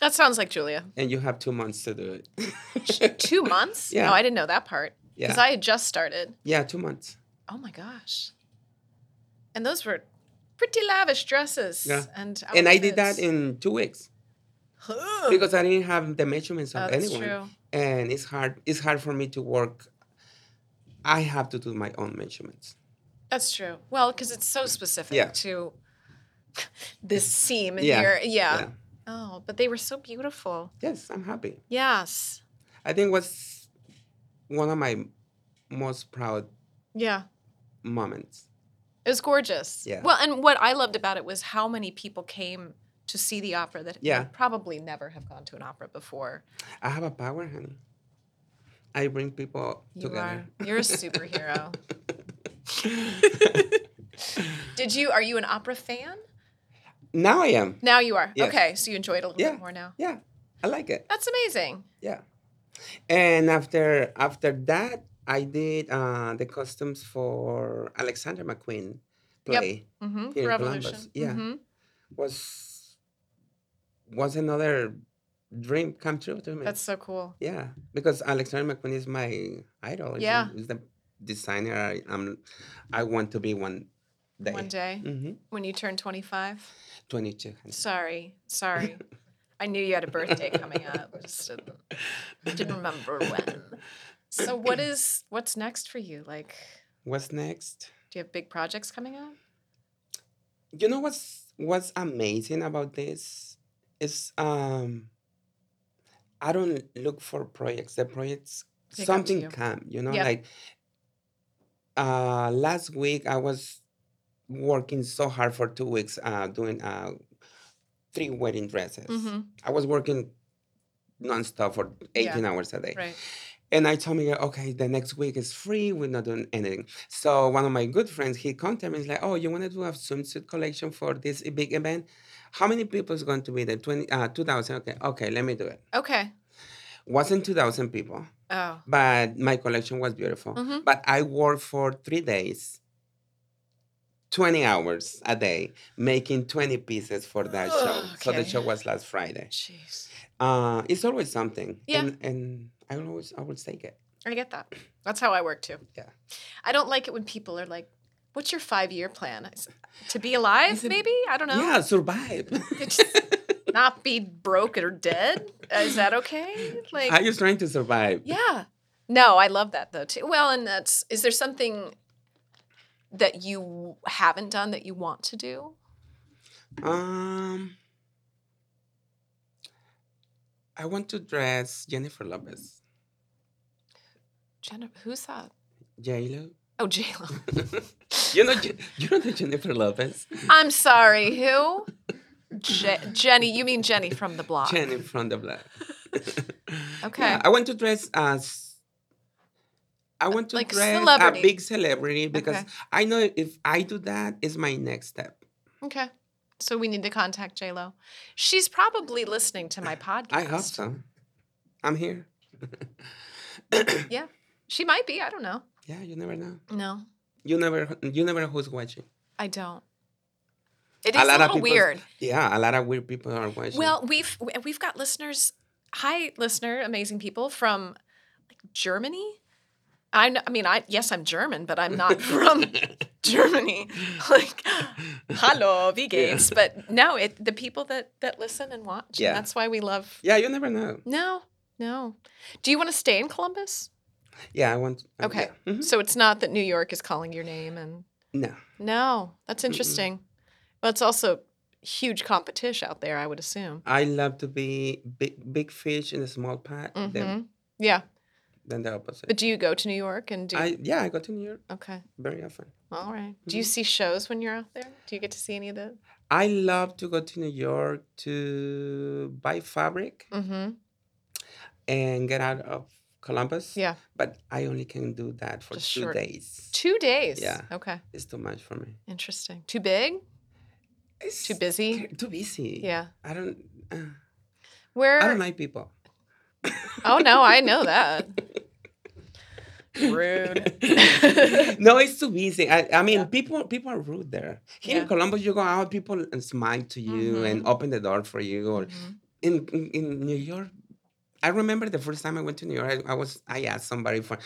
Speaker 2: That sounds like Julia.
Speaker 3: and you have two months to do it."
Speaker 2: [LAUGHS]
Speaker 3: [COUGHS]
Speaker 2: Two months?
Speaker 3: Yeah.
Speaker 2: No, I didn't know that part because
Speaker 3: [LAUGHS] yeah,
Speaker 2: I had just started.
Speaker 3: yeah, two months.
Speaker 2: Oh my gosh. And those were pretty lavish dresses.
Speaker 3: Yeah.
Speaker 2: And
Speaker 3: And I did that
Speaker 2: outfits.
Speaker 3: in two weeks
Speaker 2: Ugh.
Speaker 3: because I didn't have the measurements
Speaker 2: Oh,
Speaker 3: of
Speaker 2: that's
Speaker 3: anyone.
Speaker 2: true.
Speaker 3: and it's hard it's hard for me to work i have to do my own measurements
Speaker 2: That's true. Well, because it's so specific
Speaker 3: Yeah.
Speaker 2: to [LAUGHS] this seam in
Speaker 3: Yeah.
Speaker 2: here. Yeah.
Speaker 3: Yeah.
Speaker 2: Oh, but they were so beautiful.
Speaker 3: yes i'm happy
Speaker 2: Yes.
Speaker 3: i think was one of my most proud
Speaker 2: Yeah.
Speaker 3: moments
Speaker 2: It was gorgeous.
Speaker 3: Yeah.
Speaker 2: Well, and what I loved about it was how many people came to see the opera that
Speaker 3: Yeah.
Speaker 2: would probably never have gone to an opera before.
Speaker 3: i have a power honey i bring people
Speaker 2: You
Speaker 3: together
Speaker 2: are.
Speaker 3: [LAUGHS]
Speaker 2: You're a superhero. Did you? Are you an opera fan?
Speaker 3: now i am
Speaker 2: Now you are.
Speaker 3: Yes.
Speaker 2: Okay, so you enjoy it a little
Speaker 3: Yeah.
Speaker 2: bit more now.
Speaker 3: yeah i like it
Speaker 2: That's amazing.
Speaker 3: yeah and after after that i did uh, the costumes for alexander mcqueen
Speaker 2: Yep.
Speaker 3: play
Speaker 2: hmm
Speaker 3: Here in
Speaker 2: Revolution.
Speaker 3: Columbus, yeah.
Speaker 2: hmm
Speaker 3: was was another dream come true to me.
Speaker 2: That's so cool.
Speaker 3: yeah, because Alexander McQueen is my idol. He's-
Speaker 2: Yeah.
Speaker 3: he's the designer I, I'm. I want to be one day.
Speaker 2: One day
Speaker 3: hmm
Speaker 2: when you turn 25.
Speaker 3: Twenty-two.
Speaker 2: Sorry, sorry. I knew you had a birthday coming up. I Just didn't, didn't remember when. So what is what's next for you? Like,
Speaker 3: What's next?
Speaker 2: do you have big projects coming up?
Speaker 3: You know what's what's amazing about this is um. I don't look for projects. The projects
Speaker 2: They come to
Speaker 3: something
Speaker 2: you.
Speaker 3: come. You know,
Speaker 2: Yeah.
Speaker 3: like uh last week I was working so hard for two weeks uh doing uh three wedding dresses.
Speaker 2: hmm
Speaker 3: I was working nonstop for 18 hours a day.
Speaker 2: Right.
Speaker 3: And I told me, okay, the next week is free. We're not doing anything. So one of my good friends, he contacted me. He's like, oh, you want to do a swimsuit collection for this big event? How many people is going to be there? 20, uh, 2,000. Okay, okay, let me do it.
Speaker 2: Okay.
Speaker 3: Wasn't 2,000 people,
Speaker 2: Oh.
Speaker 3: but my collection was beautiful.
Speaker 2: Mhm.
Speaker 3: But I worked for three days, 20 hours a day, making 20 pieces for that show. So the
Speaker 2: Okay.
Speaker 3: show was last Friday
Speaker 2: Jeez.
Speaker 3: uh, it's always something.
Speaker 2: Yeah.
Speaker 3: And, and I will always, I will take it.
Speaker 2: I get that. That's how I work too.
Speaker 3: Yeah.
Speaker 2: I don't like it when people are like, "What's your five-year plan? I s- To be alive?
Speaker 3: Is it-
Speaker 2: maybe? I don't know. [LAUGHS]
Speaker 3: Yeah, survive.
Speaker 2: It's- Not be broke or dead? Is that
Speaker 3: [LAUGHS]
Speaker 2: okay? [LAUGHS] Like,
Speaker 3: I was trying to survive.
Speaker 2: yeah. No, I love that though too. Well, and that's is there something that you haven't done that you want to do?
Speaker 3: Um, I want to dress Jennifer Lopez,
Speaker 2: Jennifer, who's that?
Speaker 3: J Lo.
Speaker 2: Oh, J Lo.
Speaker 3: [LAUGHS] You know, Je- you know the Jennifer Lopez,
Speaker 2: [LAUGHS] I'm sorry, who? Je- Jenny, you mean Jenny from the block?
Speaker 3: Jenny from the Black.
Speaker 2: [LAUGHS] Okay.
Speaker 3: I want to dress as. I want to
Speaker 2: like
Speaker 3: dress
Speaker 2: celebrity.
Speaker 3: a big celebrity because
Speaker 2: Okay.
Speaker 3: I know if I do that, it's my next step.
Speaker 2: Okay. So we need to contact J Lo. She's probably listening to my podcast.
Speaker 3: I hope so. I'm here.
Speaker 2: Yeah. She might be. I don't know.
Speaker 3: Yeah, you never know.
Speaker 2: No,
Speaker 3: You never, you never know who's watching.
Speaker 2: I don't. It is a, little
Speaker 3: people's-
Speaker 2: weird.
Speaker 3: Yeah, a lot of weird people are watching.
Speaker 2: Well, we've we've got listeners. Hi, listener, amazing people from like Germany. I, kn- I mean, I yes, I'm German, but I'm
Speaker 3: [LAUGHS]
Speaker 2: not from Germany. [LAUGHS] Like, hello, wie geht's? But no, it the people that that listen and watch. and
Speaker 3: Yeah.
Speaker 2: that's why we love.
Speaker 3: yeah, you never know.
Speaker 2: No, no. Do you want to stay in Columbus?
Speaker 3: Yeah, I want. uh,
Speaker 2: Okay.
Speaker 3: yeah. Mhm.
Speaker 2: So it's not that New York is calling your name and
Speaker 3: No.
Speaker 2: no, that's interesting. Well, it's also huge competition out there, I would assume.
Speaker 3: I love to be big, big fish in a small pot. Than,
Speaker 2: Mhm. Yeah.
Speaker 3: than the opposite.
Speaker 2: But do you go to New York and do
Speaker 3: I yeah, I go to New York
Speaker 2: Okay.
Speaker 3: very often.
Speaker 2: All right. Do
Speaker 3: Mm-hmm.
Speaker 2: you see shows when you're out there? Do you get to see any of the
Speaker 3: I love to go to New York to buy fabric
Speaker 2: Mhm.
Speaker 3: and get out of Columbus.
Speaker 2: Yeah.
Speaker 3: But I only can do that for
Speaker 2: Just
Speaker 3: two
Speaker 2: short.
Speaker 3: days.
Speaker 2: 2 days.
Speaker 3: Yeah.
Speaker 2: Okay.
Speaker 3: It's too much for me.
Speaker 2: Interesting. Too big?
Speaker 3: It's [LAUGHS]
Speaker 2: Too busy?
Speaker 3: too busy.
Speaker 2: Yeah.
Speaker 3: I don't. Uh,
Speaker 2: Where
Speaker 3: I don't like people.
Speaker 2: Oh no, I
Speaker 3: [LAUGHS]
Speaker 2: know that. Rude.
Speaker 3: [LAUGHS] no, it's too busy. I, I mean,
Speaker 2: Yeah.
Speaker 3: people people are rude there. Here in
Speaker 2: Yeah. Mm-hmm.
Speaker 3: Columbus, you go out, people smile to you and open the door for you. Or in, in in New York, I remember the first time I went to New York, I, I was I asked somebody for.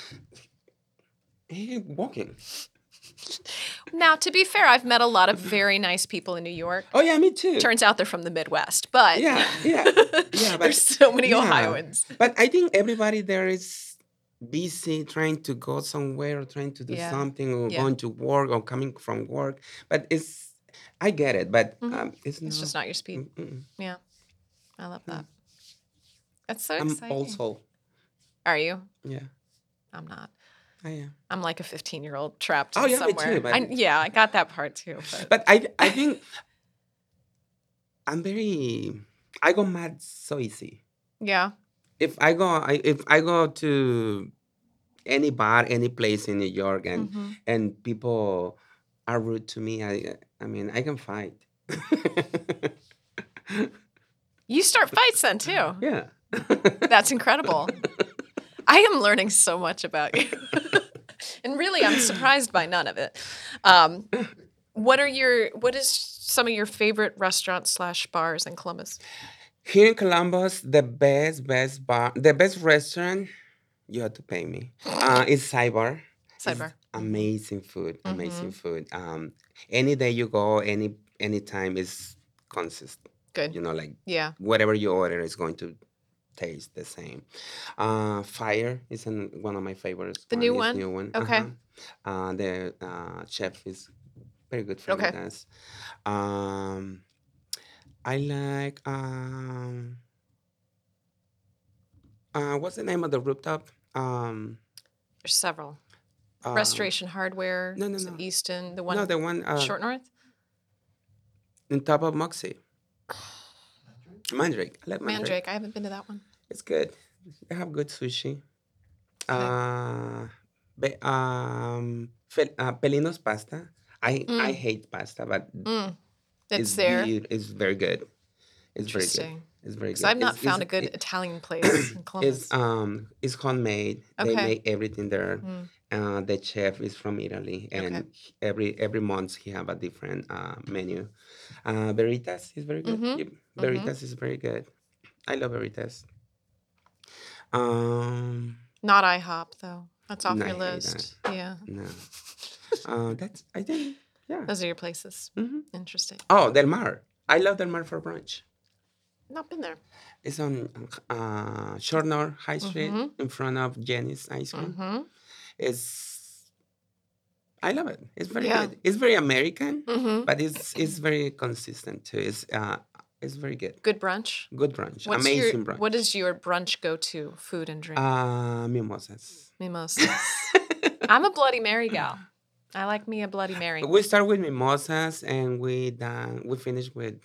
Speaker 3: Hey, walking.
Speaker 2: [LAUGHS] now, to be fair, I've met a lot of very nice people in New York.
Speaker 3: Oh yeah, me
Speaker 2: [LAUGHS]
Speaker 3: too.
Speaker 2: Turns out they're from the Midwest, but [LAUGHS]
Speaker 3: Yeah, yeah, yeah.
Speaker 2: there's so many
Speaker 3: yeah.
Speaker 2: Ohioans.
Speaker 3: But I think everybody there is busy trying to go somewhere or trying to do
Speaker 2: Yeah.
Speaker 3: something or
Speaker 2: Yeah.
Speaker 3: going to work or coming from work. But it's, I get it, but
Speaker 2: Mhm.
Speaker 3: um, it's,
Speaker 2: It's just not your speed.
Speaker 3: Mm-mm.
Speaker 2: Yeah, I love that. That's so
Speaker 3: Mm. I'm
Speaker 2: exciting.
Speaker 3: also,
Speaker 2: Are you?
Speaker 3: yeah,
Speaker 2: I'm not.
Speaker 3: I am.
Speaker 2: I'm like a 15 year old trapped
Speaker 3: Oh, yeah, me too,
Speaker 2: somewhere.
Speaker 3: but-
Speaker 2: I, yeah, I got that part too. But,
Speaker 3: But I, I think I'm very, I go mad so easy.
Speaker 2: yeah,
Speaker 3: If I go, I, if I go to any bar, any place in New York, and
Speaker 2: Mhm.
Speaker 3: and people are rude to me, I, I mean, I can fight. [LAUGHS]
Speaker 2: you start fights then
Speaker 3: [LAUGHS]
Speaker 2: too.
Speaker 3: Yeah.
Speaker 2: That's incredible. I am learning so much about you. [LAUGHS] and really, I'm surprised by none of it. Um, what are your, what is some of your favorite restaurants slash bars in Columbus?
Speaker 3: Here in Columbus, the best, best bar, the best restaurant, you have to pay me, uh, is Cyber.
Speaker 2: Sidebar.
Speaker 3: Amazing food,
Speaker 2: Mm-hmm.
Speaker 3: amazing food. Um, any day you go, any any time is consistent.
Speaker 2: Good.
Speaker 3: You know, like
Speaker 2: Yeah.
Speaker 3: whatever you order is going to taste the same. Uh, Fire is an, one of my favorites.
Speaker 2: The new
Speaker 3: is
Speaker 2: one?
Speaker 3: New one.
Speaker 2: Okay.
Speaker 3: uh-huh. Uh, the uh, chef is very good friend
Speaker 2: Okay.
Speaker 3: with us. Um, I like. Um, uh, what's the name of the rooftop? Um,
Speaker 2: There's several.
Speaker 3: uh,
Speaker 2: Restoration Hardware.
Speaker 3: no, no,
Speaker 2: there's
Speaker 3: no.
Speaker 2: Easton, the one
Speaker 3: No, the one uh,
Speaker 2: short north.
Speaker 3: in top of Moxie. Mandrake. I like Mandrake.
Speaker 2: Mandrake. I haven't been to that one.
Speaker 3: It's good. They have good sushi. Uh, be, um, Fel- uh, Pelino's pasta. I I hate pasta, but
Speaker 2: Mm. It's,
Speaker 3: it's
Speaker 2: Mm. there.
Speaker 3: beau- It's very good. It's very good.
Speaker 2: Interesting.
Speaker 3: It's very
Speaker 2: Because
Speaker 3: good.
Speaker 2: I've not
Speaker 3: It's-
Speaker 2: found a
Speaker 3: it's-
Speaker 2: good
Speaker 3: it- [CLEARS THROAT]
Speaker 2: Italian place in Columbus.
Speaker 3: it's um it's homemade. They
Speaker 2: Okay.
Speaker 3: make everything there.
Speaker 2: Mm.
Speaker 3: Uh, the chef is from Italy, and
Speaker 2: Okay.
Speaker 3: he- every every month he have a different uh, menu. Uh, Veritas is very good.
Speaker 2: Mhm.
Speaker 3: Yep, Veritas is very good. I love Veritas. Um,
Speaker 2: Not IHOP though. That's off
Speaker 3: No, I
Speaker 2: your
Speaker 3: hate that.
Speaker 2: list. Yeah.
Speaker 3: no, uh, that's I think yeah.
Speaker 2: Those are your places.
Speaker 3: Mhm.
Speaker 2: Interesting.
Speaker 3: Oh, Del Mar. I love Del Mar for brunch.
Speaker 2: Not been there.
Speaker 3: It's on uh, Short North High Street
Speaker 2: Mm-hmm.
Speaker 3: in front of Jenny's Ice Cream.
Speaker 2: hmm
Speaker 3: It's I love it. It's very
Speaker 2: Yeah.
Speaker 3: good. It's very American,
Speaker 2: hmm
Speaker 3: but it's it's very consistent too. It's uh it's very good.
Speaker 2: Good brunch.
Speaker 3: Good brunch.
Speaker 2: What's
Speaker 3: Amazing
Speaker 2: your,
Speaker 3: brunch.
Speaker 2: What is your brunch go to food and drink?
Speaker 3: uh mimosas. [LAUGHS]
Speaker 2: Mimosas. I'm a Bloody Mary gal. I like me a Bloody Mary.
Speaker 3: We start with mimosas and we done we finish with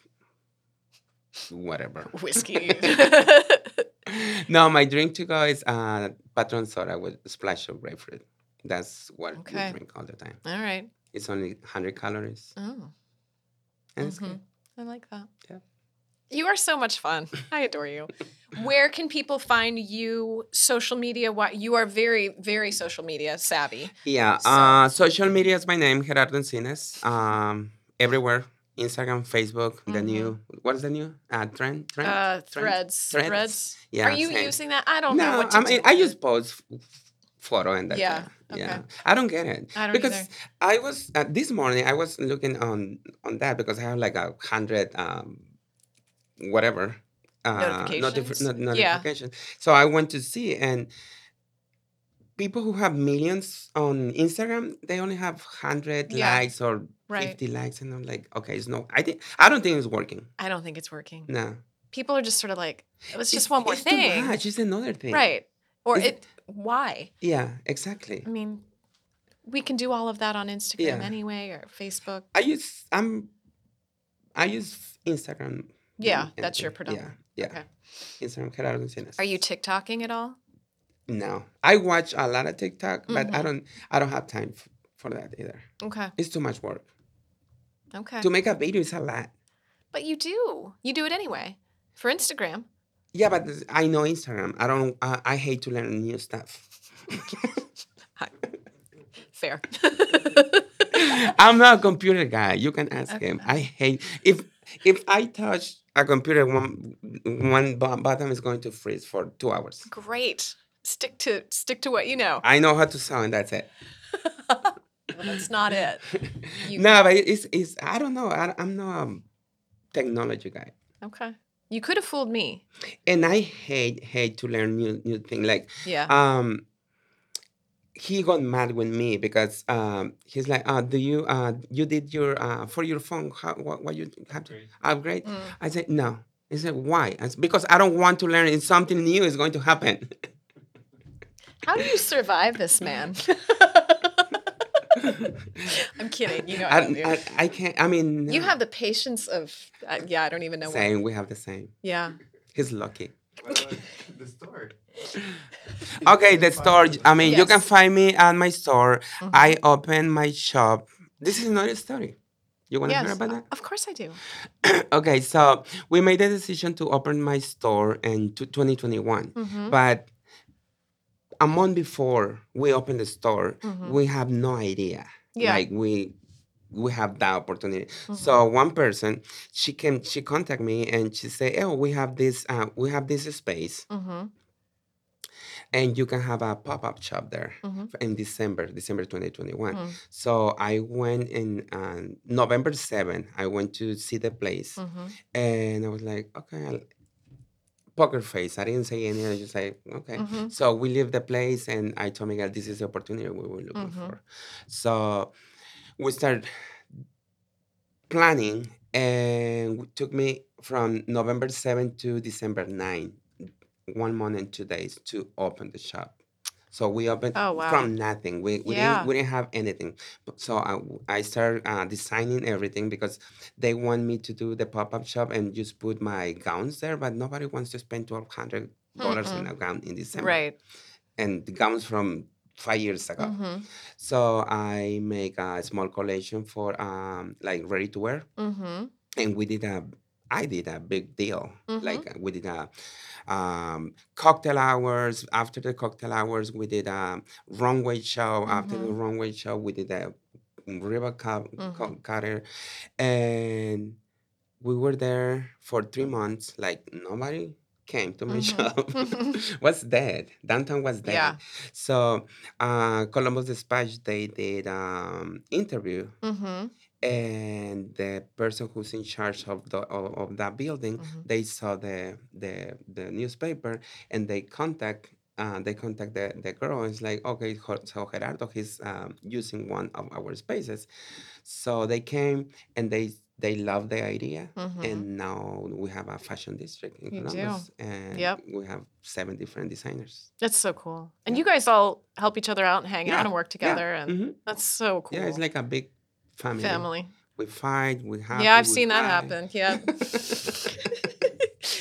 Speaker 2: [LAUGHS]
Speaker 3: whatever.
Speaker 2: Whiskey.
Speaker 3: No, my drink to go is uh patron soda with splash of grapefruit. That's what
Speaker 2: Okay.
Speaker 3: we drink all the time.
Speaker 2: All right.
Speaker 3: It's only 100 calories
Speaker 2: Oh,
Speaker 3: and it's
Speaker 2: mhm.
Speaker 3: good.
Speaker 2: I like that.
Speaker 3: Yeah.
Speaker 2: You are so much fun. I adore
Speaker 3: [LAUGHS]
Speaker 2: you. Where can people find you? Social media? Why you are very, very social media savvy.
Speaker 3: Yeah,
Speaker 2: So-
Speaker 3: uh, social media is my name, Gerardo Encinas. Um, everywhere, Instagram, Facebook, the new, what is the new uh, trend? Trend?
Speaker 2: Uh,
Speaker 3: Trend?
Speaker 2: threads,
Speaker 3: Threads?
Speaker 2: threads.
Speaker 3: Yeah,
Speaker 2: are you
Speaker 3: same.
Speaker 2: using that? I don't know
Speaker 3: No,
Speaker 2: what to
Speaker 3: I mean
Speaker 2: do
Speaker 3: I
Speaker 2: with
Speaker 3: just
Speaker 2: it.
Speaker 3: post f- photo and that's
Speaker 2: Yeah,
Speaker 3: it.
Speaker 2: okay.
Speaker 3: Yeah, I don't get it
Speaker 2: I don't
Speaker 3: because
Speaker 2: either.
Speaker 3: I was uh, this morning I was looking on on that because I have like a hundred um whatever uh, notif-
Speaker 2: Notifications?
Speaker 3: not-
Speaker 2: Yeah.
Speaker 3: notifications. So I went to see and people who have millions on Instagram they only have hundred
Speaker 2: Yeah,
Speaker 3: likes or
Speaker 2: right.
Speaker 3: fifty likes and I'm like okay it's no I think I don't think it's working.
Speaker 2: I don't think it's working.
Speaker 3: No,
Speaker 2: People are just sort of like, it was just one more
Speaker 3: it's Too
Speaker 2: thing,
Speaker 3: much. It's another thing.
Speaker 2: right? Or
Speaker 3: Is-
Speaker 2: it? Why?
Speaker 3: Yeah. Exactly.
Speaker 2: I mean, we can do all of that on Instagram
Speaker 3: Yeah.
Speaker 2: anyway or Facebook.
Speaker 3: I use I'm I use Instagram.
Speaker 2: Yeah,
Speaker 3: more than
Speaker 2: that's your
Speaker 3: anything.
Speaker 2: predominant.
Speaker 3: Yeah, yeah.
Speaker 2: Okay.
Speaker 3: Instagram Gerardo Encinas.
Speaker 2: Are you TikToking at all?
Speaker 3: No, I watch a lot of TikTok, but I
Speaker 2: Mhm.
Speaker 3: don't I don't have time f- for that either.
Speaker 2: Okay.
Speaker 3: It's too much work.
Speaker 2: Okay.
Speaker 3: To make a video is a lot.
Speaker 2: But you do. You do it anyway for Instagram.
Speaker 3: Yeah, but this- I know Instagram. I don't. I, I hate to learn new stuff. [LAUGHS]
Speaker 2: Fair.
Speaker 3: I'm not a computer guy. You can ask him. I hate if if I touch a computer one one bu- button is going to freeze for two hours.
Speaker 2: Great. Stick to stick to what you know.
Speaker 3: I know how to sound. That's it.
Speaker 2: That's not it. You-
Speaker 3: No, but it's it's. I don't know. I, I'm not a technology guy.
Speaker 2: Okay. You could have fooled me.
Speaker 3: and I hate hate to learn new new thing. Like
Speaker 2: Yeah.
Speaker 3: um, he got mad with me because um, he's like, uh, "Do you uh, you did your uh, for your phone? How, what, what you have to upgrade?"
Speaker 2: Mm.
Speaker 3: I said, "No." He said, "Why?" I said, "Because I don't want to learn. It's something new is going to
Speaker 2: [LAUGHS]
Speaker 3: happen." [LAUGHS]
Speaker 2: How do you survive this man? I'm kidding. You know I
Speaker 3: I,
Speaker 2: love you.
Speaker 3: I, I can't. I mean,
Speaker 2: You
Speaker 3: no.
Speaker 2: have the patience of uh, yeah, I don't even know what.
Speaker 3: same. We have the same.
Speaker 2: Yeah.
Speaker 3: He's lucky.
Speaker 4: [LAUGHS] the store.
Speaker 3: Okay, the store. I mean, you can
Speaker 2: Yes. Mm-hmm.
Speaker 3: find me at my store. I open my shop. This is another story. You want to hear
Speaker 2: Yes.
Speaker 3: about that? [LAUGHS]
Speaker 2: Of course I do.
Speaker 3: okay, so we made the decision to open my store in tw- 2021,
Speaker 2: Mm-hmm.
Speaker 3: but a month before we opened the store, we have no idea.
Speaker 2: Mm-hmm. Yeah. Mm-hmm.
Speaker 3: like we we have that opportunity. So one person, she came, she contacted me and she said, "Oh, we have this, uh, we have this space,
Speaker 2: Mhm.
Speaker 3: and you can have a pop up shop there in December, December 2021." So I went in uh, November 7. I went to see the place
Speaker 2: Mhm.
Speaker 3: and I was like, okay, I'll- poker face. I didn't say anything. I was just like, okay.
Speaker 2: Mm-hmm.
Speaker 3: So we leave the place, and I told Miguel, this is the opportunity we were looking
Speaker 2: Mm-hmm.
Speaker 3: for. So we start planning, and it took me from November 7 to December 9, one month and two days to open the shop. So we opened
Speaker 2: Oh, wow.
Speaker 3: from nothing. We, we,
Speaker 2: Yeah.
Speaker 3: didn't, we didn't have anything. But- So I, I started uh, designing everything because they want me to do the pop-up shop and just put my gowns there, but nobody wants to spend twelve hundred dollars in a gown in December.
Speaker 2: Right.
Speaker 3: And the gowns from five years ago.
Speaker 2: Mhm.
Speaker 3: So I make a small collection for um like ready to wear.
Speaker 2: Mhm.
Speaker 3: And we did a I did a big deal.
Speaker 2: Mhm.
Speaker 3: Like uh, we did a um, cocktail hours. After the cocktail hours, we did a runway show. After the runway show, we did a river cut,
Speaker 2: Mhm.
Speaker 3: cutter, and we were there for three months. Like nobody came to my [LAUGHS] shop. was dead. Downtown was dead.
Speaker 2: Yeah.
Speaker 3: So uh, Columbus Dispatch they did um, interview
Speaker 2: Mhm.
Speaker 3: and the person who's in charge of the of, of that building
Speaker 2: Mm-hmm.
Speaker 3: they saw the the the newspaper and they contact uh, they contact the, the girl and it's like okay Ger- so gerardo he's um, using one of our spaces so they came and they they love the idea
Speaker 2: Mm-hmm.
Speaker 3: and now we have a fashion district in
Speaker 2: You do.
Speaker 3: columbus and
Speaker 2: Yep.
Speaker 3: we have seven different designers
Speaker 2: That's so cool. And you guys all help each other out and hang
Speaker 3: Yeah.
Speaker 2: out and work
Speaker 3: Yeah.
Speaker 2: together and
Speaker 3: Mhm.
Speaker 2: that's so cool.
Speaker 3: yeah it's like a big family
Speaker 2: family.
Speaker 3: we fight we have
Speaker 2: Yeah, I've seen that happen. Yeah.
Speaker 3: [LAUGHS]
Speaker 2: [LAUGHS]